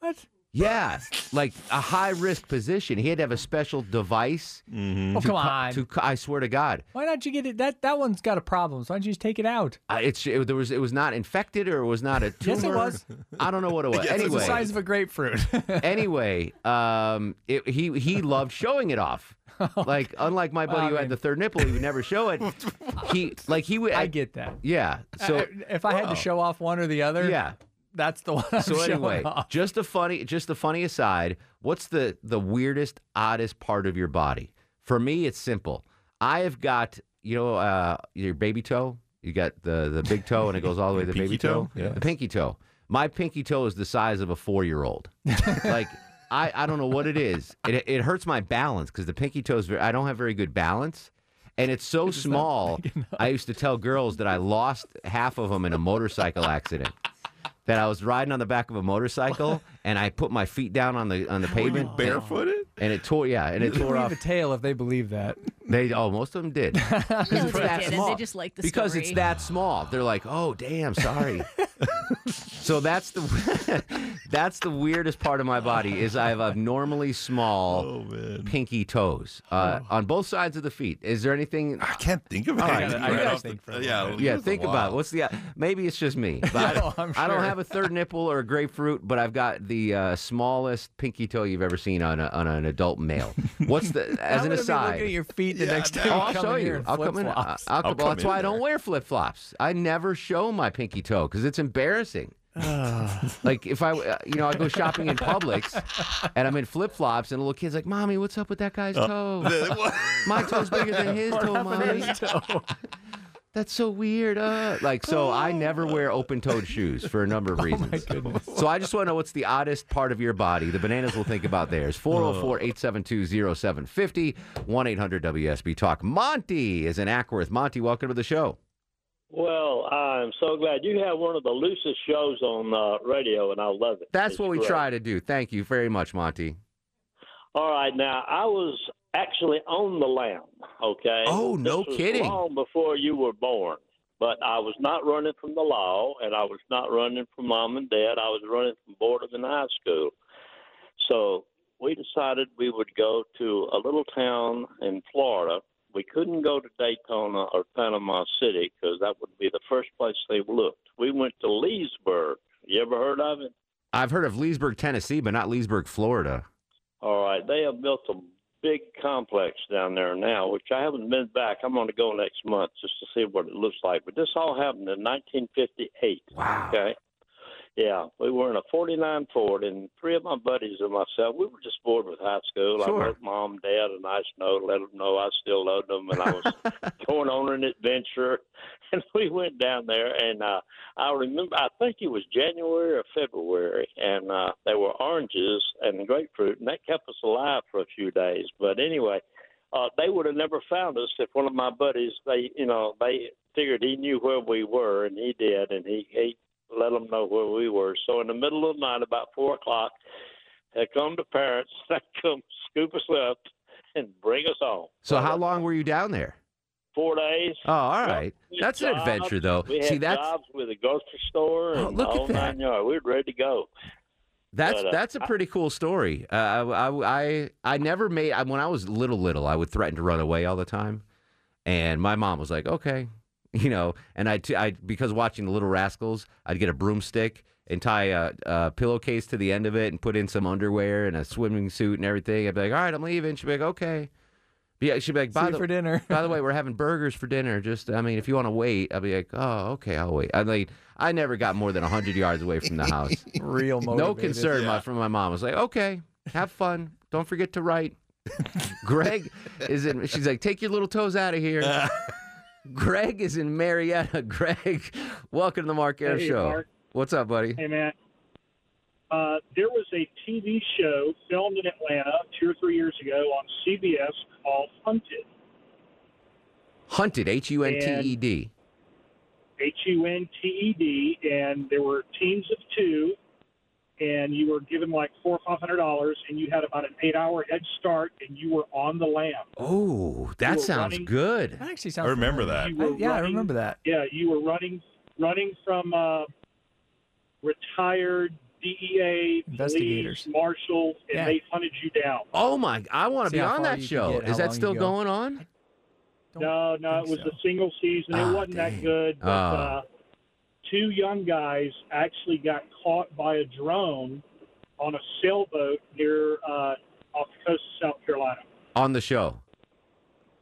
What?
Yeah, like a high risk position. He had to have a special device.
Oh,
to
come
co-
on.
To, co- I swear to God,
Why don't you get it? That that one's got a problem. So why don't you just take it out?
I, it's it, there was it was not infected or it was not a tumor.
[laughs] Yes, it was.
I don't know what it
[laughs]
was.
Yes,
anyway,
it's the size of a grapefruit. [laughs]
anyway, um, it, he he loved showing it
[laughs]
off. Like unlike my buddy
Wow,
who had
man.
the third nipple, he would never show
[laughs]
it. he like he would. I,
get that. Uh,
Yeah. So
I- if I had to show off one or the other,
Yeah.
that's the [laughs] one. I'm
so
showing
anyway,
off.
just a funny, just the funny aside. What's the the weirdest, oddest part of your body? For me, it's simple. I have got you know uh, your baby toe. You got the the big toe, and it goes all the way to the
[laughs] Pinky
baby
toe?
toe.
Yeah.
The pinky toe. My pinky toe is the size of a four year
[laughs]
old. like I I don't know what it is. It it hurts my balance because the pinky toe is very. I don't have very good balance. And it's so small. I used to tell girls that I lost half of them in a motorcycle accident that I was riding on the back of a motorcycle and I put my feet down on the on the pavement and-
barefooted?
and it tore yeah and
You
it
can
tore
leave
off.
a tail if they believe that.
They oh most of them did because
[laughs] No, they didn't. They just like the
because
story.
it's that small. They're like oh damn
[laughs]
sorry. so that's the [laughs] that's the weirdest part of my body is I have abnormally small
Oh,
pinky toes uh, on both sides of the feet. Is there anything I
can't think of anything right off the- yeah, it
yeah.
was a
Think
while.
about it. what's Oh, the uh, maybe it's just me. But
[laughs]
I-
No, I'm
I don't
sure.
have a third nipple or a grapefruit, but I've got the uh, smallest pinky toe you've ever seen on, a, on an adult male. What's
[laughs]
the as
I'm
an
gonna be
aside?
looking at your feet the next time
Oh,
you
I'll
come
show
in here
you.
in
I'll come in. I'll,
flip-flops.
I'll
I'll
come,
come
that's
in
why I don't wear flip flops. I never show my pinky toe because it's
[sighs]
embarrassing. like if I, uh, you know, I go shopping in Publix and I'm in flip flops, and a little kid's like, "Mommy, what's up with that guy's
[laughs]
Uh,
toe?
the- what?
my toe's bigger than his
What
toe,
happened to
mommy.
his
That's so weird. Uh, like, so I never wear open-toed shoes for a number of reasons. So I just want to know what's the oddest part of your body. The bananas will think about theirs. 404-872-0750, 1-800-WSB-TALK. Monty is in Ackworth. Monty, welcome to the show.
Well, I'm so glad you have one of the loosest shows on uh, radio, and I love it.
That's
It's
what we
great.
try to do. Thank you very much, Monty.
All right, now I was actually on the lam. Okay.
Oh, no
This was
kidding.
Long before you were born. But I was not running from the law, and I was not running from mom and dad. I was running from boredom in high school. So we decided we would go to a little town in Florida. We couldn't go to Daytona or Panama City because that would be the first place they looked. We went to Leesburg. You ever heard of it?
I've heard of Leesburg, Tennessee, but not Leesburg, Florida.
All right, they have built a big complex down there now, which I haven't been back. I'm going to go next month just to see what it looks like. But this all happened in 1958. Wow. Okay. Yeah, we were in a 49 Ford, and three of my buddies and myself, we were just bored with high school. I wrote mom, dad, a nice note, let them know I still loved them, and I was going on an adventure. [laughs] And we went down there, and uh, I remember, I think it was January or February, and uh, there were oranges and grapefruit, and that kept us alive for a few days. But anyway, uh, they would have never found us if one of my buddies, they, you know, they figured he knew where we were, and he did, and he, he let them know where we were. So in the middle of the night, about four o'clock, they come the parents, [laughs] they come scoop us up and bring us home.
So, how long were you down there?
Four days.
Oh, all right.
We had
That's an
jobs.
adventure, though.
We had
See, that's
jobs with a grocery store and
Oh, look at
all nine yards. We were ready to go.
That's
But, uh,
that's a
I-
pretty cool story. Uh, I, I I I never made I, when I was little little I would threaten to run away all the time, and my mom was like, okay, [laughs] you know, and I I because watching the Little Rascals, I'd get a broomstick and tie a, a pillowcase to the end of it and put in some underwear and a swimming suit and everything. I'd be like, all right, I'm leaving. She'd be like, okay. But yeah, she'd be like, by
you
the
for
dinner. by
[laughs]
the way, we're having burgers for dinner. Just, I mean, if you want to wait, I'd be like, oh, okay, I'll wait. I mean, I never got more than hundred yards away from the house. [laughs]
Real
No
motivated.
concern
Yeah.
my, from my mom. I was like, "Oh, okay, have fun. Don't forget to write. Greg is in. She's like, take your little toes out of
[laughs]
here. Greg is in Marietta. [laughs] Greg, welcome to the Mark Air
Hey,
Show.
Mark.
What's up, buddy?
Hey, man. Uh, there was a TV show filmed in Atlanta two or three years ago on CBS called Hunted.
Hunted, H U N T E D.
H U N T E D, and there were teams of two, and you were given like four or five hundred dollars, and you had about an eight-hour head start, and you were on the lamb.
Oh, that
were
sounds
running-
good.
That
actually
sounds
I remember
familiar.
that.
You were
I- yeah, I
running-
remember that.
Yeah, you were running running from uh, retired DEA
Investigators.
police marshals, and
Yeah.
they hunted you down.
Oh my! I want to
See
be
how
on
far
that
you can
show.
get, how
Is
long
that
you
still
go.
going on?
No, no, it was a single season. It wasn't that good. But,
Ah.
uh, two young guys actually got caught by a drone on a sailboat near uh, off the coast of South Carolina
On the show.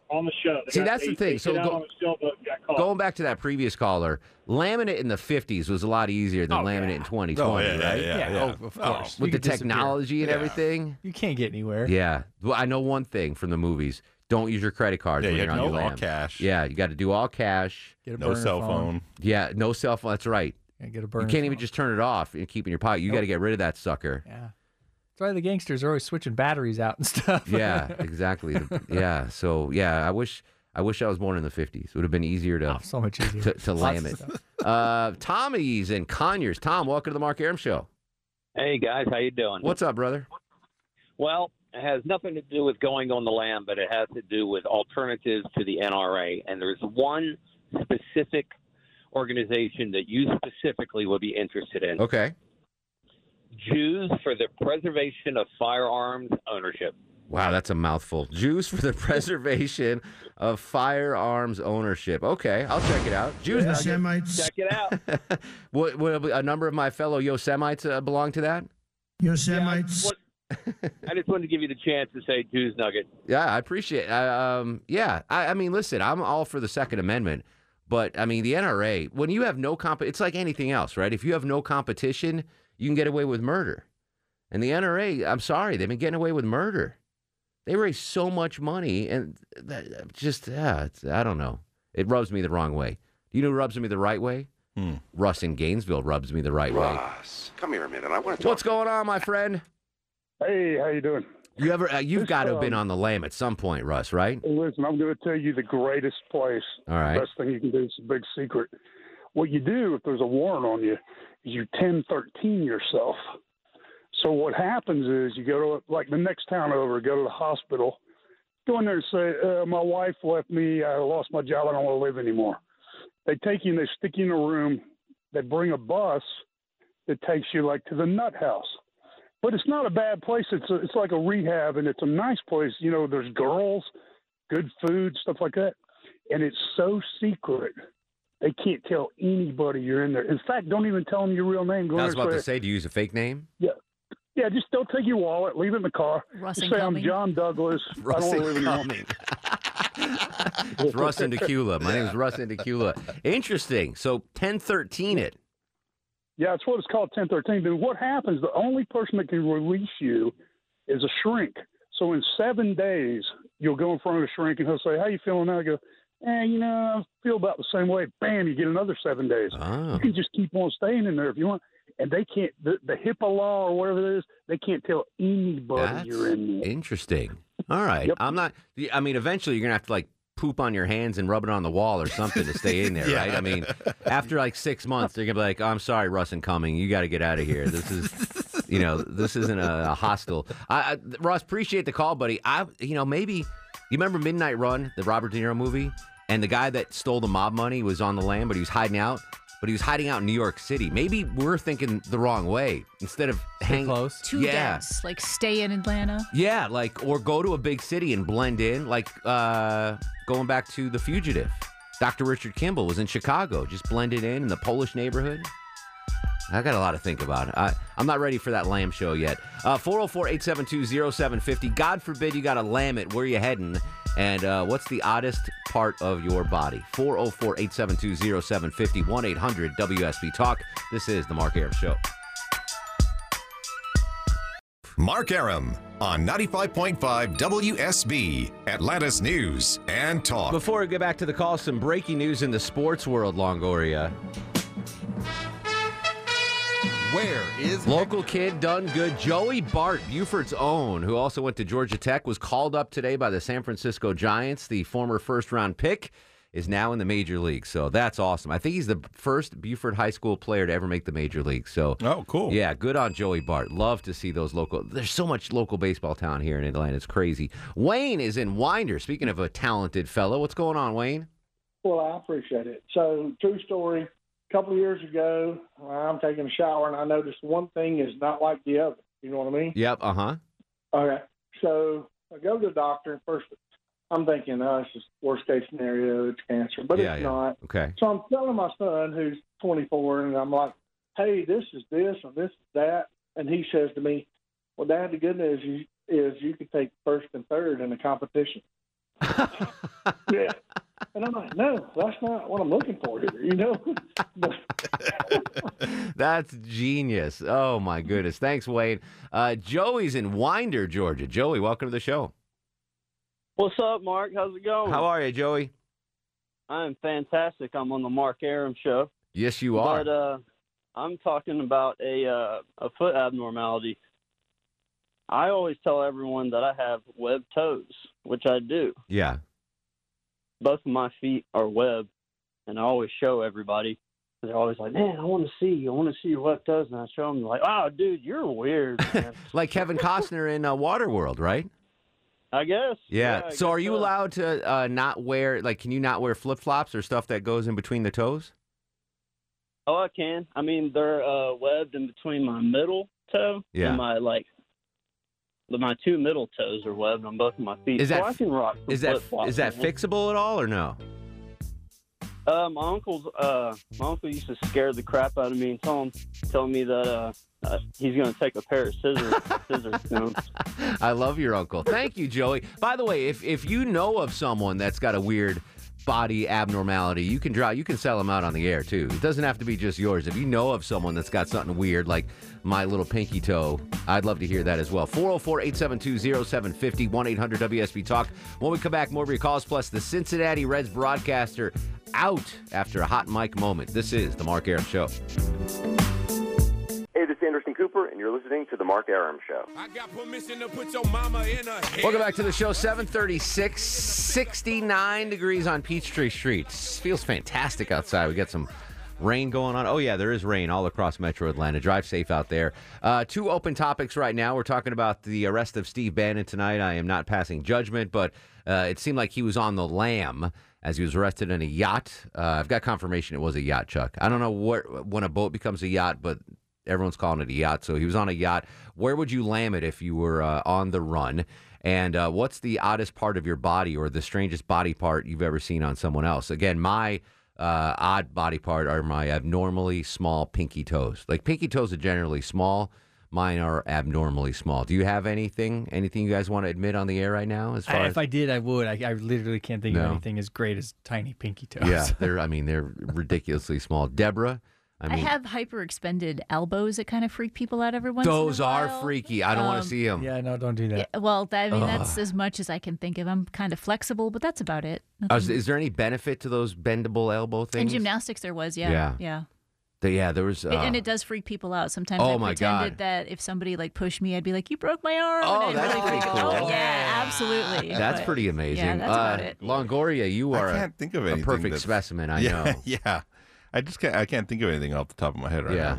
on the show. They
See,
got-
that's the
they-
thing.
they
So
got out
go-
on a sailboat and got caught.
Going back to that previous caller, laminate in the 50s was a lot easier than laminate in 2020,
Oh, yeah, yeah,
right?
yeah, Yeah, yeah. oh, of course.
With
You
the
could disappear.
technology and
Yeah.
everything.
You can't get anywhere.
Yeah. Well, I know one thing from the movies. Don't use your credit cards
Yeah,
when
you
are
have
on
to
your
use all
lam.
cash.
Yeah, you got to do all cash.
Get a No burner cell phone. phone.
Yeah, no cell phone. That's right.
Yeah, get a
You
burner
can't even just turn it off and keep it in your pocket. You got to get rid of that sucker.
Yeah. That's why the gangsters are always switching batteries out and [laughs] stuff.
[laughs] Yeah, exactly. The-
[laughs]
yeah. So yeah, I wish I wish I was born in the 50s. It would have been easier to
Oh, so much easier
to, to
Lots
lam
of
it.
stuff.
Uh, Tommy's in Conyers. Tom, welcome to the Mark Aram Show.
Hey guys, how you doing?
What's up, brother?
Well, it has nothing to do with going on the land, but it has to do with alternatives to the NRA. And there's one specific organization that you specifically would be interested in.
Okay.
Jews for the preservation of firearms ownership.
Wow, that's a mouthful. Jews for the [laughs] preservation of firearms ownership. Okay, I'll check it out. Jews.
Yeah,
Semites.
Check
[laughs]
it out.
What, what, a number of my fellow Yosemites uh, belong to that?
Semites.
[laughs]
I just wanted to give you the chance to say Jews nugget.
Yeah, I appreciate. I, um, yeah, I, I mean, listen, I'm all for the Second Amendment, but I mean, the NRA. When you have no comp, it's like anything else, right? If you have no competition, you can get away with murder. And the NRA, I'm sorry, they've been getting away with murder. They raise so much money, and that, that just yeah, it's, I don't know. It rubs me the wrong way. You know, who rubs me the right way. Russ in Gainesville rubs me the right
Russ, come here a minute. I
way.
want to talk.
What's going on, my friend?
Hey, how you doing?
You ever? Uh, you've
This,
got to have been
um,
on the lam at some point, Russ, right?
Hey, listen, I'm going to tell you the greatest place.
All right.
The best thing you can do is a big secret. What you do if there's a warrant on you is you 1013 yourself. So what happens is you go to like the next town over, go to the hospital, Go in there and say, uh, "My wife left me. I lost my job. I don't want to live anymore." They take you and they stick you in a room. They bring a bus that takes you like to the nut house. But it's not a bad place. It's a, it's like a rehab, and it's a nice place. You know, there's girls, good food, stuff like that, and it's so secret. They can't tell anybody you're in there. In fact, don't even tell them your real name. Go in
I was
there and
about to
say,
say, do you use a fake name?
yeah. Yeah, just don't take your wallet. Leave it in the car.
Russ
just
and
say,
Cumming.
I'm John Douglas. I
Russ
don't
and
want to live anymore."
Cumming. It's Russ and Tequila. My name is Russ and Tequila. Interesting. So ten thirteen it.
Yeah, it's what it's called, 1013. Then what happens, the only person that can release you is a shrink. So in seven days, you'll go in front of a shrink and he'll say, how you feeling now? You go, eh, you know, I feel about the same way. Bam, you get another seven days. You can just keep on staying in there if you want. And they can't, the, the HIPAA law or whatever it is, they can't tell anybody you're in there.
Interesting. All right. I'm not. I mean, eventually you're gonna have to like poop on your hands and rub it on the wall or something to stay in there,
Yeah.
right? I mean, after like six months, they're gonna be like, "I'm sorry, Russ and Cumming, you got to get out of here. This is, you know, this isn't a, a hostel." I, I, Russ, appreciate the call, buddy. I, you know, maybe you remember Midnight Run, the Robert De Niro movie, and the guy that stole the mob money was on the land, but he was hiding out. But he was hiding out in New York City. Maybe we're thinking the wrong way. Instead of hanging close,
Too
yeah.
dense. Like stay in Atlanta.
Yeah, like or go to a big city and blend in, like uh, going back to The Fugitive. Dr. Richard Kimball was in Chicago, just blended in in the Polish neighborhood. I got a lot to think about. I, I'm not ready for that lamb show yet. Uh, 404 872 0750. God forbid you got to lamb it. Where you heading? And uh, what's the oddest part of your body? 404 872 0750 1 800 WSB Talk. This is The Mark Aram Show.
Mark Aram on 95.5 WSB, Atlantis News and Talk.
Before we get back to the call, some breaking news in the sports world, Longoria.
Where is
local kid done good? Joey Bart, Buford's own, who also went to Georgia Tech, was called up today by the San Francisco Giants. The former first round pick is now in the major league, so that's awesome. I think he's the first Buford High School player to ever make the major league. So,
oh, cool.
Yeah, good on Joey Bart. Love to see those local. There's so much local baseball town here in Atlanta. It's crazy. Wayne is in Winder. Speaking of a talented fellow, what's going on, Wayne?
Well, I appreciate it. So, true story. A couple of years ago, I'm taking a shower and I noticed one thing is not like the other. You know what I mean?
Yep. Uh huh.
Okay. So I go to the doctor and first I'm thinking, oh, it's just worst case scenario, it's cancer, but
Yeah,
it's
yeah.
not.
Okay.
So I'm telling my son who's 24 and I'm like, hey, this is this and this is that, and he says to me, well, Dad, the good news is is you could take first and third in the competition. yeah. And I'm like, no, that's not what I'm looking for here, you know?
That's genius. Oh my goodness. Thanks, Wayne. Uh, Joey's in Winder, Georgia. Joey, welcome to the show.
What's up, Mark? How's it going?
How are you, Joey?
I'm fantastic. I'm on the Mark Aram show.
Yes, you are.
But uh, I'm talking about a uh, a foot abnormality. I always tell everyone that I have webbed toes, which I do.
yeah.
Both of my feet are webbed, and I always show everybody. And They're always like, "Man, I want to see. I want to see your webbed toes." And I show them like, "Wow, dude, you're weird." man."
[laughs] Like Kevin Costner in uh, Waterworld, right?
I guess.
Yeah.
I
so
guess
are you allowed to uh, not wear, like, can you not wear flip flops or stuff that goes in between the toes?
Oh, I can. I mean, they're uh, webbed in between my middle toe
Yeah.
and my like. the- My two middle toes are webbed on both of my feet,
Is that
so I
f-
can rock. some
Is that
flip-flops,
is that
man.
fixable at all or no?
Uh, my uncle's uh, my uncle used to scare the crap out of me and tell him, tell me that uh, uh, he's going to take a pair of scissors, scissors to him.
[laughs] I love your uncle. Thank you, Joey. By the way, if if you know of someone that's got a weird body abnormality, you can draw you can sell them out on the air too. It doesn't have to be just yours. If you know of someone that's got something weird like my little pinky toe, I'd love to hear that as well. 404-872-0750 1-800-WSB Talk. When we come back, more of your calls plus the Cincinnati Reds broadcaster out after a hot mic moment. This is the Mark Aram Show.
Hey, this is Anderson Cooper, and you're listening to The Mark Aram Show.
Welcome back to the show. 736, 69 degrees on Peachtree Street. Feels fantastic outside. We got some Rain going on. Oh, yeah, there is rain all across metro Atlanta. Drive safe out there. Uh, two open topics right now. We're talking about the arrest of Steve Bannon tonight. I am not passing judgment, but uh, it seemed like he was on the lam as he was arrested in a yacht. Uh, I've got confirmation it was a yacht, Chuck. I don't know what when a boat becomes a yacht, but everyone's calling it a yacht. So he was on a yacht. Where would you lam it if you were uh, on the run? And uh, what's the oddest part of your body or the strangest body part you've ever seen on someone else? Again, my uh, odd body part are my abnormally small pinky toes. Like pinky toes are generally small. Mine are abnormally small. Do you have anything? Anything you guys want to admit on the air right now? As far
I,
as
if I did, I would. I, I literally can't think
No.
of anything as great as tiny pinky toes.
yeah, they're. I mean, they're ridiculously small. Deborah, I
I,
mean,
have hyperextended elbows that kind of freak people out every once in a
those are
while.
freaky. I don't want
Um,
to see them.
Yeah, no, don't do that.
Yeah, well, that- I mean, that's
Ugh.
as much as I can think of. I'm kind of flexible, but that's about it.
Oh, Is, is there any benefit to those bendable elbow things?
In gymnastics, there was, yeah,
Yeah.
yeah.
The- yeah, there was. Uh,
It- and it does freak people out. Sometimes
Oh,
I
my
pretended
God.
that if somebody like pushed me, I'd be like, "You broke my arm."
Oh,
and I'd
that's
really
pretty
freak-
cool.
Oh, yeah, absolutely.
that's
But-
pretty amazing.
Yeah, that's
uh,
about it.
Longoria, you are
I
a-
can't think of
a
anything
perfect
that's-
specimen. I
[laughs] yeah,
know.
Yeah, I just can't. I can't think of anything off the top of my head right
Yeah.
now.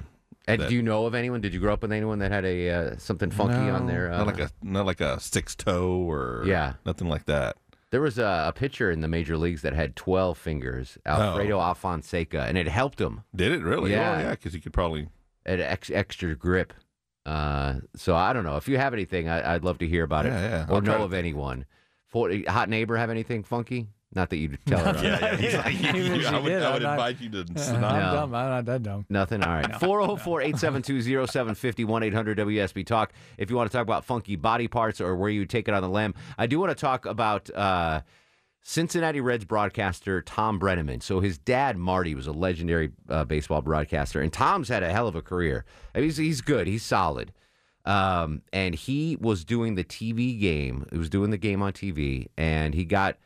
And
That-
do you know of anyone? Did you grow up with anyone that had a uh, something funky on
No,
their? Uh,
not like a not like a six toe or
Yeah.
nothing like
[laughs]
that.
There was a, a pitcher in the major leagues that had twelve fingers, Alfredo Alfonseca, and it helped him.
Oh. Did it really? Oh,
Yeah,
yeah, because you could probably
an ex- extra grip. Uh, so I don't know if you have anything. I, I'd love to hear about
Yeah,
it
yeah.
or
I'll try
know
to
of anyone. For, hot neighbor have anything funky? Not that
[laughs]
you'd tell her.
uh, Yeah,
[laughs]
yeah. [laughs] He's like,
Even if
you- I
she
would,
did,
I
I'm
would
not-
invite you to.
Uh,
No.
I'm dumb. I'm not that dumb.
Nothing. All right. 404 872 0750 1 800 WSB Talk. If you want to talk about funky body parts or where you take it on the limb, I do want to talk about uh, Cincinnati Reds broadcaster Tom Brenneman. So his dad, Marty, was a legendary uh, baseball broadcaster, and Tom's had a hell of a career. I mean, he's, he's good, he's solid. Um, and he was doing the TV game, he was doing the game on TV, and he got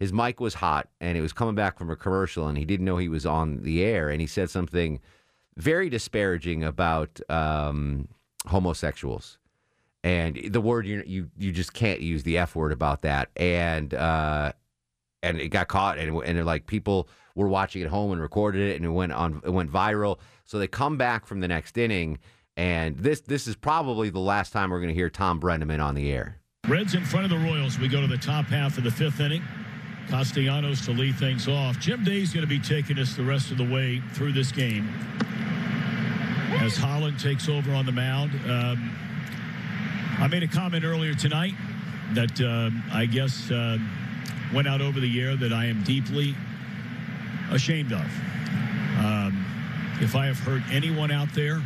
his mic was hot and it was coming back from a commercial and he didn't know he was on the air and he said something very disparaging about um, homosexuals and the word you you you just can't use the f word about that and uh, and it got caught and and like people were watching at home and recorded it and it went on it went viral so they come back from the next inning and this this is probably the last time we're going to hear Tom Brenneman on the air.
Reds in front of the Royals. We go to the top half of the fifth inning. Castellanos to lead things off. Jim Day's going to be taking us the rest of the way through this game as Holland takes over on the mound. Um, I made a comment earlier tonight that um I guess uh, went out over the air that I am deeply ashamed of. Um, if I have hurt anyone out there,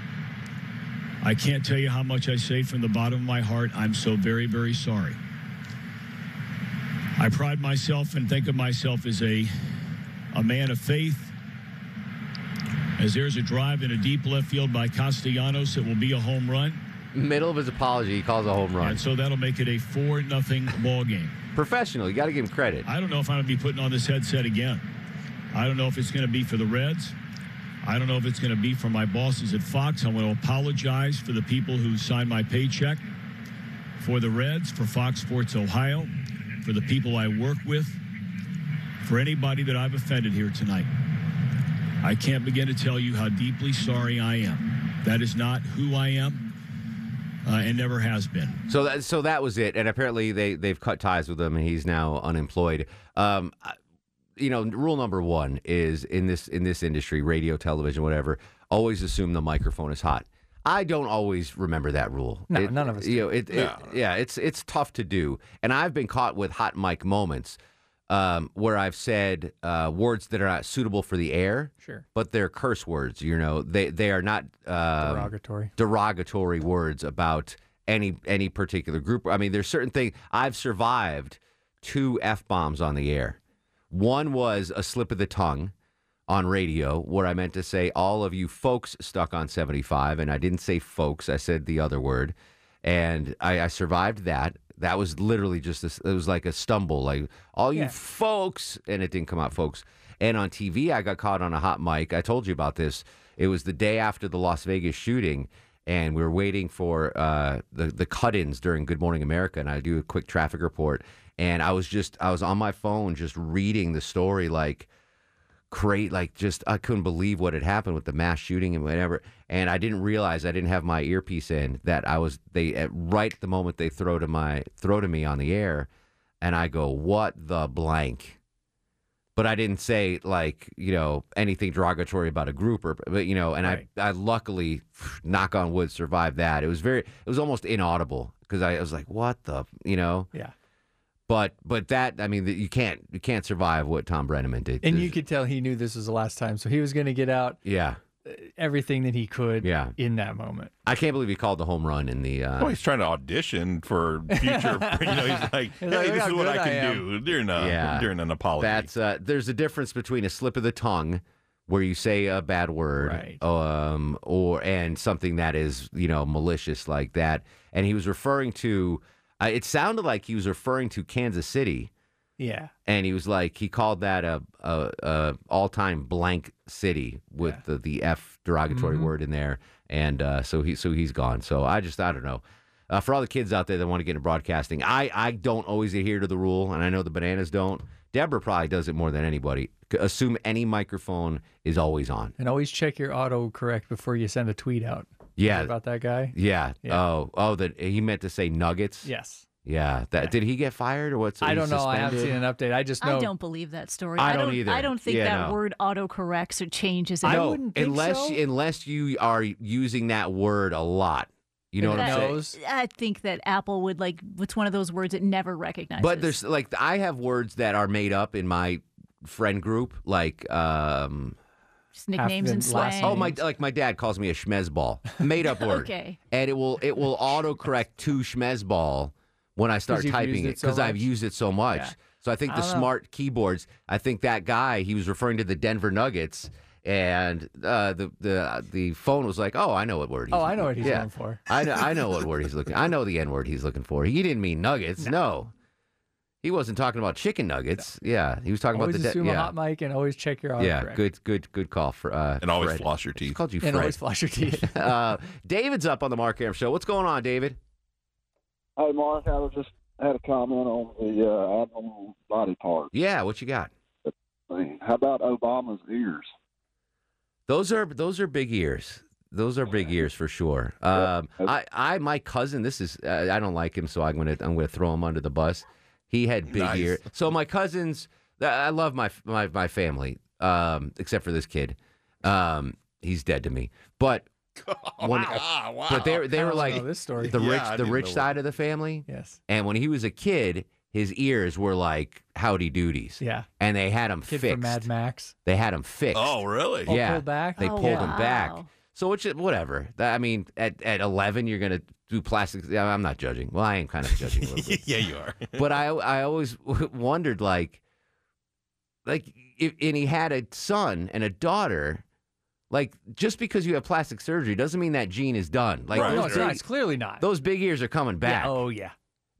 I can't tell you how much I say from the bottom of my heart. I'm so very, very sorry. I pride myself and think of myself as a a man of faith. As there's a drive in a deep left field by Castellanos, it will be a home run.
Middle of his apology, he calls a home run.
And so that'll make it a four nothing ball game.
Professional, you got to give him credit.
I don't know if I'm going to be putting on this headset again. I don't know if it's going to be for the Reds. I don't know if it's going to be for my bosses at Fox. I want to apologize for the people who signed my paycheck, for the Reds, for Fox Sports Ohio, for the people I work with, for anybody that I've offended here tonight. I can't begin to tell you how deeply sorry I am. That is not who I am uh, and never has been.
So that so that was it, and apparently they they've cut ties with him, and he's now unemployed. Um, I- you know, rule number one is in this in this industry, radio, television, whatever, always assume the microphone is hot. I don't always remember that rule.
No,
It-
none of us
You know, it, it-
No.
yeah, it's it's tough to do, and I've been caught with hot mic moments um, where I've said uh, words that are not suitable for the air.
Sure.
but they're curse words. You know, they they are not um,
Derogatory.
derogatory words about any any particular group. I mean, there's certain things I've survived two f bombs on the air. One was a slip of the tongue on radio where I meant to say all of you folks stuck on 75, and I didn't say folks. I said the other word, and I, I survived that. That was literally just this. It was like a stumble, like all you
Yeah.
folks, and it didn't come out, folks. And on TV, I got caught on a hot mic. I told you about this. It was the day after the Las Vegas shooting, and we were waiting for uh, the the cut-ins during Good Morning America, and I do a quick traffic report. And I was just I was on my phone just reading the story like crate like just I couldn't believe what had happened with the mass shooting and whatever. And I didn't realize I didn't have my earpiece in that I was they at right the moment they throw to my throw to me on the air, and I go what the blank. But I didn't say like you know anything derogatory about a group or but you know and I I luckily knock on wood survived that. It was very it was almost inaudible because I, I was like what the you know
[laughs] Yeah.
But but that I mean you can't you can't survive what Tom Brenneman did.
And you could tell he knew this was the last time, so he was going to get out
yeah.
everything that he could
Yeah.
in that moment.
I can't believe he called the home run in the. Uh,
Oh, he's trying to
[laughs]
audition for future. you know, he's like,
He's like,
hey,
"Look
this
how
is what
good
I
I
can do
am."
during a during an apology.
That's uh, there's a difference between a slip of the tongue, where you say a bad word, right. um, or and something that is you know malicious like that. And he was referring to. Uh, it sounded like he was referring to Kansas City,
Yeah.
and he was like he called that a a, a all time blank city with the, the f derogatory
Mhm.
word in there, and uh, so he so he's gone. So I just I don't know. Uh, for all the kids out there that want to get into broadcasting, I I don't always adhere to the rule, and I know the bananas don't. Deborah probably does it more than anybody. C- Assume any microphone is always on.
And always check your auto correct before you send a tweet out.
Yeah.
About that guy.
Yeah. Oh oh, that he meant to say nuggets.
Yes.
Yeah. That did he get fired or what's?
I
he's
don't know. I haven't seen
suspended?
an update. I just know.
I don't believe that story.
I don't either.
I don't think
Yeah,
that
no.
word autocorrects or changes. at all.
unless unless you are using that word a lot. You know what I'm saying?
I think that Apple would like. It's one of those words it never recognizes.
But there's like I have words that are made up in my friend group, like um
Just nicknames and slang.
Oh my! Like my dad calls me a schmezball, made
[laughs]
up word.
Okay.
And it will it will autocorrect to schmezball when I start
you've
typing
used
it
it so
because I've
much.
used it so much.
Yeah.
So I think the
I don't know.
smart keyboards. I think that guy he was referring to the Denver Nuggets, and uh, the the the phone was like, oh, I know what word. He's
Oh, I know what he's
yeah.
going for.
I know, I know what word he's looking. I know the N word he's looking for. He didn't mean nuggets. No. He wasn't talking about chicken nuggets. Yeah, he was talking
Always
about the de-
assume a
yeah.
hot mic and always check your auto
Yeah,
correct.
good, good, good call for. Uh,
And always
Fred.
floss your teeth.
Just called you
And
Fred.
always floss your
[laughs]
teeth.
uh, David's up on the Mark Aram show. What's going on, David?
Hey, Mark, I was just had a comment on the uh, abnormal body part
Yeah, what you got?
thing. How about Obama's ears?
Those are those are big ears. Those are big ears for sure. Um, I, I, my cousin. This is uh, I don't like him, so I'm gonna I'm gonna throw him under the bus. He had big
Nice.
ear. So my cousins. I- I love my my my family, um, except for this kid. Um, he's dead to me.
[laughs]
But when,
Wow, wow.
but they they
I
were
don't
like
know this story.
the
Yeah,
rich
I
the
didn't
rich
know what-
side of the family.
Yes.
And when he was a kid, his ears were like howdy doodies.
Yeah.
And they had him
Kid
fixed.
from Mad Max.
They had him fixed.
Oh, really? Oh,
Yeah.
pulled back?
They
Oh,
pulled him back.
wow.
So which whatever. That- I mean, at, at eleven, you're gonna do plastic. yeah, I'm not judging. Well, I am kind of judging a little bit.
[laughs] yeah, you are.
[laughs] but I I always [laughs] wondered like, like if, and he had a son and a daughter. Like just because you have plastic surgery doesn't mean that gene is done. Like
no,
those
it's, not.
big-
it's clearly not.
those big ears are coming back.
Oh yeah.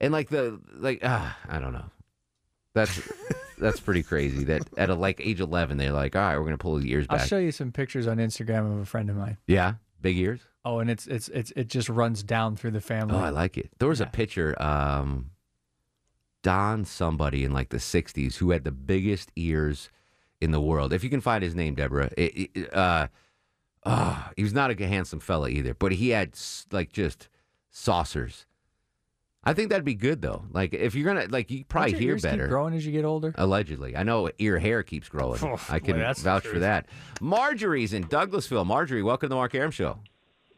And like the like uh, I don't know. That's that's pretty crazy. That at a, like age eleven, they're like, all right, we're gonna pull his ears
I'll
back.
show you some pictures on Instagram of a friend of mine.
yeah, big ears.
Oh, and it's it's it's it just runs down through the family.
Oh, I like it. There was a picture, um, Don somebody in like the '60s who had the biggest ears in the world. If you can find his name, Deborah. It, it- uh, ah, he was not a handsome fella either, but he had s- like just saucers. I think that'd be good though. Like if you're gonna like, you probably
Don't your
hear
ears keep
better. Uh,
growing as you get older.
Allegedly, I know ear hair keeps
[laughs]
growing.
Oh,
I can
boy, that's the
vouch for
truth.
that. Marjorie's in Douglasville. Marjorie, welcome to the Mark Aram Show.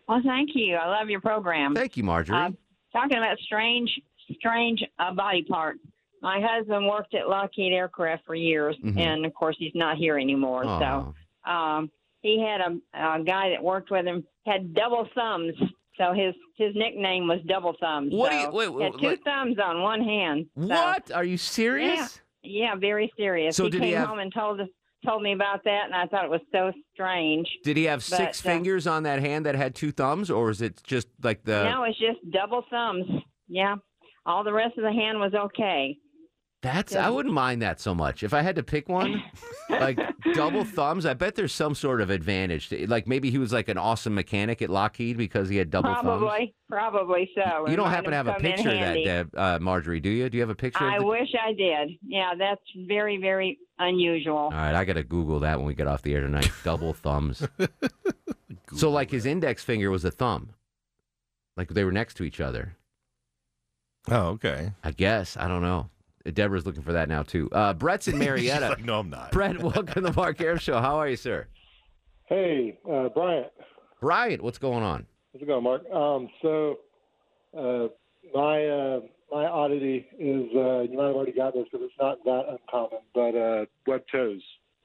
Well, thank you. I love your program.
Thank you, Marjorie.
Uh, talking about strange, strange uh, body parts. My husband worked at Lockheed Aircraft for years,
Mm-hmm.
Mhm.
and of course, he's not here anymore.
Aw.
So um, he had a, a guy that worked with him had double thumbs. So his his nickname was Double Thumbs.
What do
So
you- wait, wait,
had two
what-
thumbs on one hand. So-
What? Are you serious?
Yeah, yeah, very serious.
So
he
did
came
he have-
home and told us told me about that, and I thought it was so strange.
Did he have six
But, uh,
fingers on that hand that had two thumbs, or was it just like the?
no, it's just double thumbs. Yeah. All the rest of the hand was okay.
That's I wouldn't mind that so much. If I had to pick
[laughs]
one, like double thumbs, I bet there's some sort of advantage. To, like maybe he was like an awesome mechanic at Lockheed because he had double thumbs.
Probably, probably so.
You
It
don't
might
happen to have a
come in
picture of that,
handy.
Deb, uh, Marjorie, do you? Do you have a picture?
I
of the-
wish I did. Yeah, that's very, very unusual.
All right, I gotta Google that when we get off the air tonight.
[laughs]
double thumbs. so like his index finger was a thumb, like they were next to each other. Oh, okay. I guess I don't know. Deborah's looking for that now too. Uh,
[laughs]
Brett's in Marietta.
She's like, no, I'm not. [laughs]
Brett, welcome to the Mark Air Show. How are you, sir?
Hey, uh, Bryant.
Bryant, what's going on?
How's it going, Mark? Um, so uh, my uh, my oddity is uh, you might have already got this because it's not that uncommon, but uh, web shows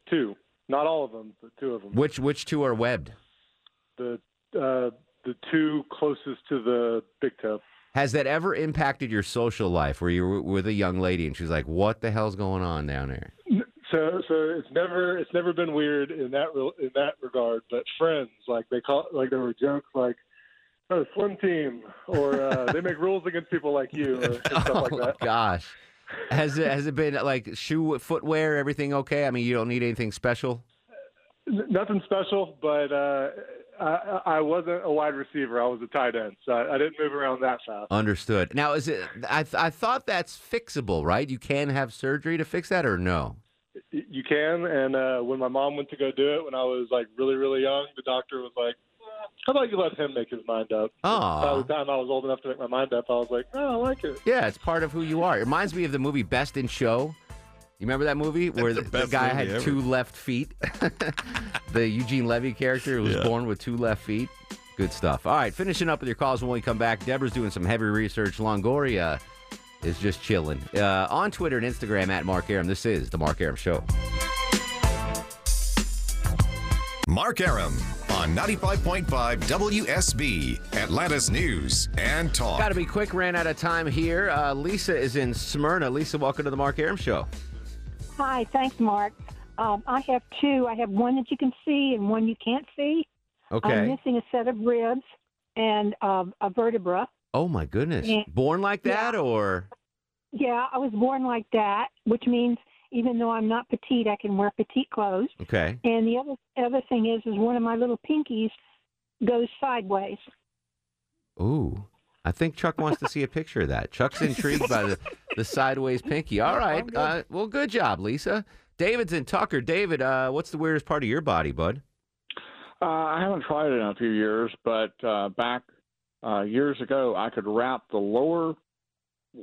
two, not all of them, but two of them.
Which which two are webbed?
The uh, the two closest to the big toe.
Has that ever impacted your social life where you were with a young lady and she's like, "What the hell's going on down there?"
So so it's never it's never been weird in that re- in that regard. But friends like they call like there were jokes like. Oh, Slim Team, or uh, they make rules against people like you, or stuff
[laughs]
like
Oh,
that.
Gosh, has it has it been like shoe footwear everything okay? I mean, you don't need anything special.
N- Nothing special, but uh, I, I wasn't a wide receiver. I was a tight end, so I, I didn't move around that fast.
Uh. Understood. Now, is it? I th- I thought that's fixable, right? You can have surgery to fix that, or no?
Y- You can, and uh, when my mom went to go do it when I was like really, really young, the doctor was like, "Eh, "How about you let him make his mind up?"
Aw.
By the time I was old enough to make my mind up, I was like, "Oh, I like it."
Yeah, it's part of who you are. It reminds me of the movie Best in Show. You remember that movie where the,
the
the
best
guy
movie
had
ever.
two left feet? [laughs] the Eugene Levy character was born with two left feet. Good stuff. All right, finishing up with your calls when we come back. Deborah's doing some heavy research. Longoria is just chilling. Uh, on Twitter and Instagram at Mark Aram. This is The Mark Aram Show.
Mark Aram on 95.5 WSB, Atlantis News and Talk.
Got to be quick. Ran out of time here. Uh, Lisa is in Smyrna. Lisa, welcome to The Mark Aram Show.
Hi, thanks, Mark. Um, I have two. I have one that you can see and one you can't see. I'm
Okay.
missing a set of ribs and uh, a vertebra.
Oh, my goodness.
Yeah.
Born like that or?
Yeah, I was born like that, which means even though I'm not petite, I can wear petite clothes.
Okay.
And the other other thing is, is one of my little pinkies goes sideways.
Ooh, I think Chuck wants to see a picture of that. [laughs] Chuck's intrigued by the, the sideways pinky. All right. Uh, well, good job, Lisa. David's in Tucker. David, uh, what's the weirdest part of your body, bud?
Uh, I haven't tried it in a few years, but uh, back uh, years ago, I could wrap the lower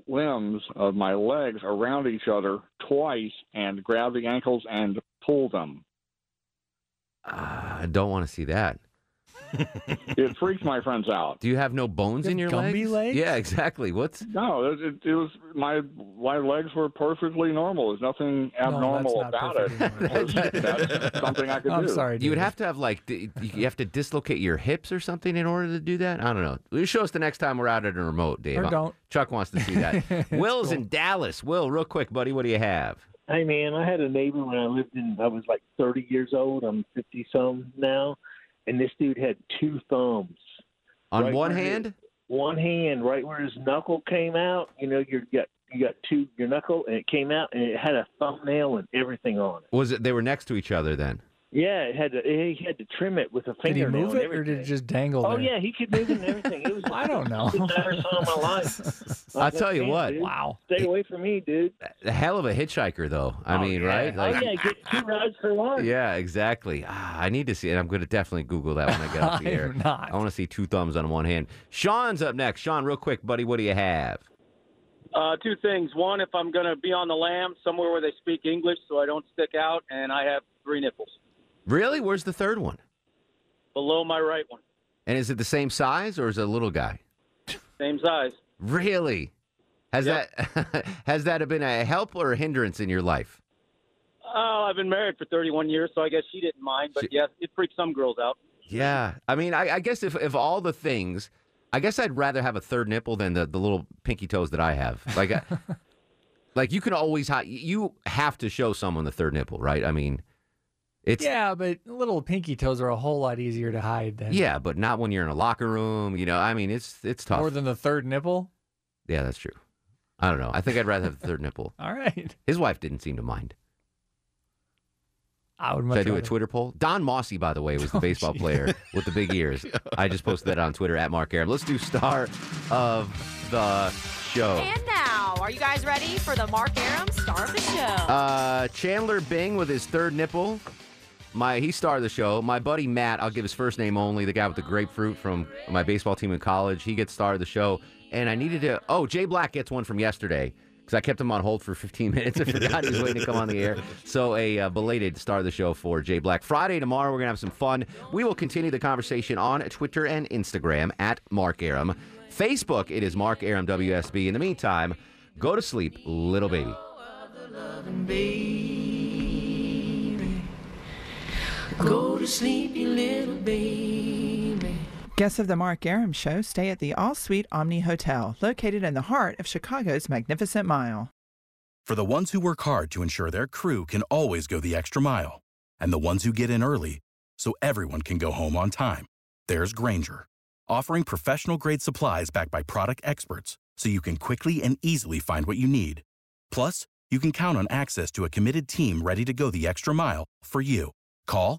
limbs of my legs around each other twice and grab the ankles and pull them.
Uh, I don't want to see that.
[laughs] it freaked my friends out.
Do you have no bones in your legs? Yeah, exactly. What's
No, it, it, it was my my legs were perfectly normal. There's nothing abnormal about it. That's something I could do.
You would have to have like d- you have to dislocate your hips or something in order to do that. I don't know. You show us the next time we're out at a remote, Dave. Uh,
Or don't.
Chuck wants to see that. [laughs]
It's
Will's
cool.
in Dallas. Will, real quick, buddy, what do you have?
[laughs] Hey man, I had a neighbor when I lived in. I was like 30 years old. I'm 50 some now, and this dude had two thumbs.
On
Right
one
where his-
hand?
one hand, right where his knuckle came out. You know, you got you got two your knuckle, and it came out, and it had a thumbnail and everything on it.
Was it they were next to each other then?
Yeah, it had to. He had to trim it with a
Did he
fingernail.
move
and
it or did it just dangle
Oh
there?
yeah, he could move it and everything.
[laughs]
It was I [laughs] don't
know.
Never saw in my life.
[laughs]
I'll tell you what.
Wow. Stay away from me, dude.
A hell of a hitchhiker, though. I mean, right?
oh yeah, get two rides for one.
Yeah, exactly. Ah, I need to see, and I'm going to definitely Google that when I
[laughs]
get off the
I'm
air. I want to see two thumbs on one hand. Sean's up next. Sean, real quick, buddy, what do you have?
Uh, two things. One, if I'm going to be on the lam somewhere where they speak English so I don't stick out, and I have three nipples
Really? Where's the third one?
below my right one,
And is it the same size or is it a little guy?
same size.
Really? Has that [laughs] has that been a help or a hindrance in your life?
Oh, I've been married for 31 years, so I guess she didn't mind. But yes, it freaks some girls out.
Yeah. I mean, I, I guess if if all the things, I guess I'd rather have a third nipple than the, the little pinky toes that I have. Like, I, like you can always hi- you have to show someone the third nipple, right? I mean, it's yeah.
yeah, but little pinky toes are a whole lot easier to hide than
but not when you're in a locker room. You know, I mean, it's it's tough.
more than the third nipple.
yeah, that's true. I don't know. I think I'd rather have the third nipple.
[laughs] All right.
His wife didn't seem to mind.
I would
Should
much
I do a
rather-
Twitter poll? Don Mossy, by the way, was the baseball player with the
[laughs]
big ears. I just posted that on Twitter at Mark Aram. Let's do star of the show.
And now, are you guys ready for the Mark Aram star of the show?
Uh, Chandler Bing with his third nipple. My he starred the show. My buddy Matt, I'll give his first name only. The guy with the grapefruit from my baseball team in college. He gets star of the show. And I needed to. Oh, Jay Black gets one from yesterday because I kept him on hold for 15 [laughs] minutes. I forgot he was waiting to come on the air. So a uh, belated star of the show for Jay Black. Friday tomorrow we're gonna have some fun. We will continue the conversation on Twitter and Instagram at Mark Aram. Facebook it is Mark Aram WSB. In the meantime, go to sleep, little baby.
Go to sleep, you little baby.
Guests of the Mark Aram Show stay at the All Suite Omni Hotel, located in the heart of Chicago's Magnificent Mile.
For the ones who work hard to ensure their crew can always go the extra mile, and the ones who get in early so everyone can go home on time, there's Granger, offering professional grade supplies backed by product experts so you can quickly and easily find what you need. Plus, you can count on access to a committed team ready to go the extra mile for you. Call,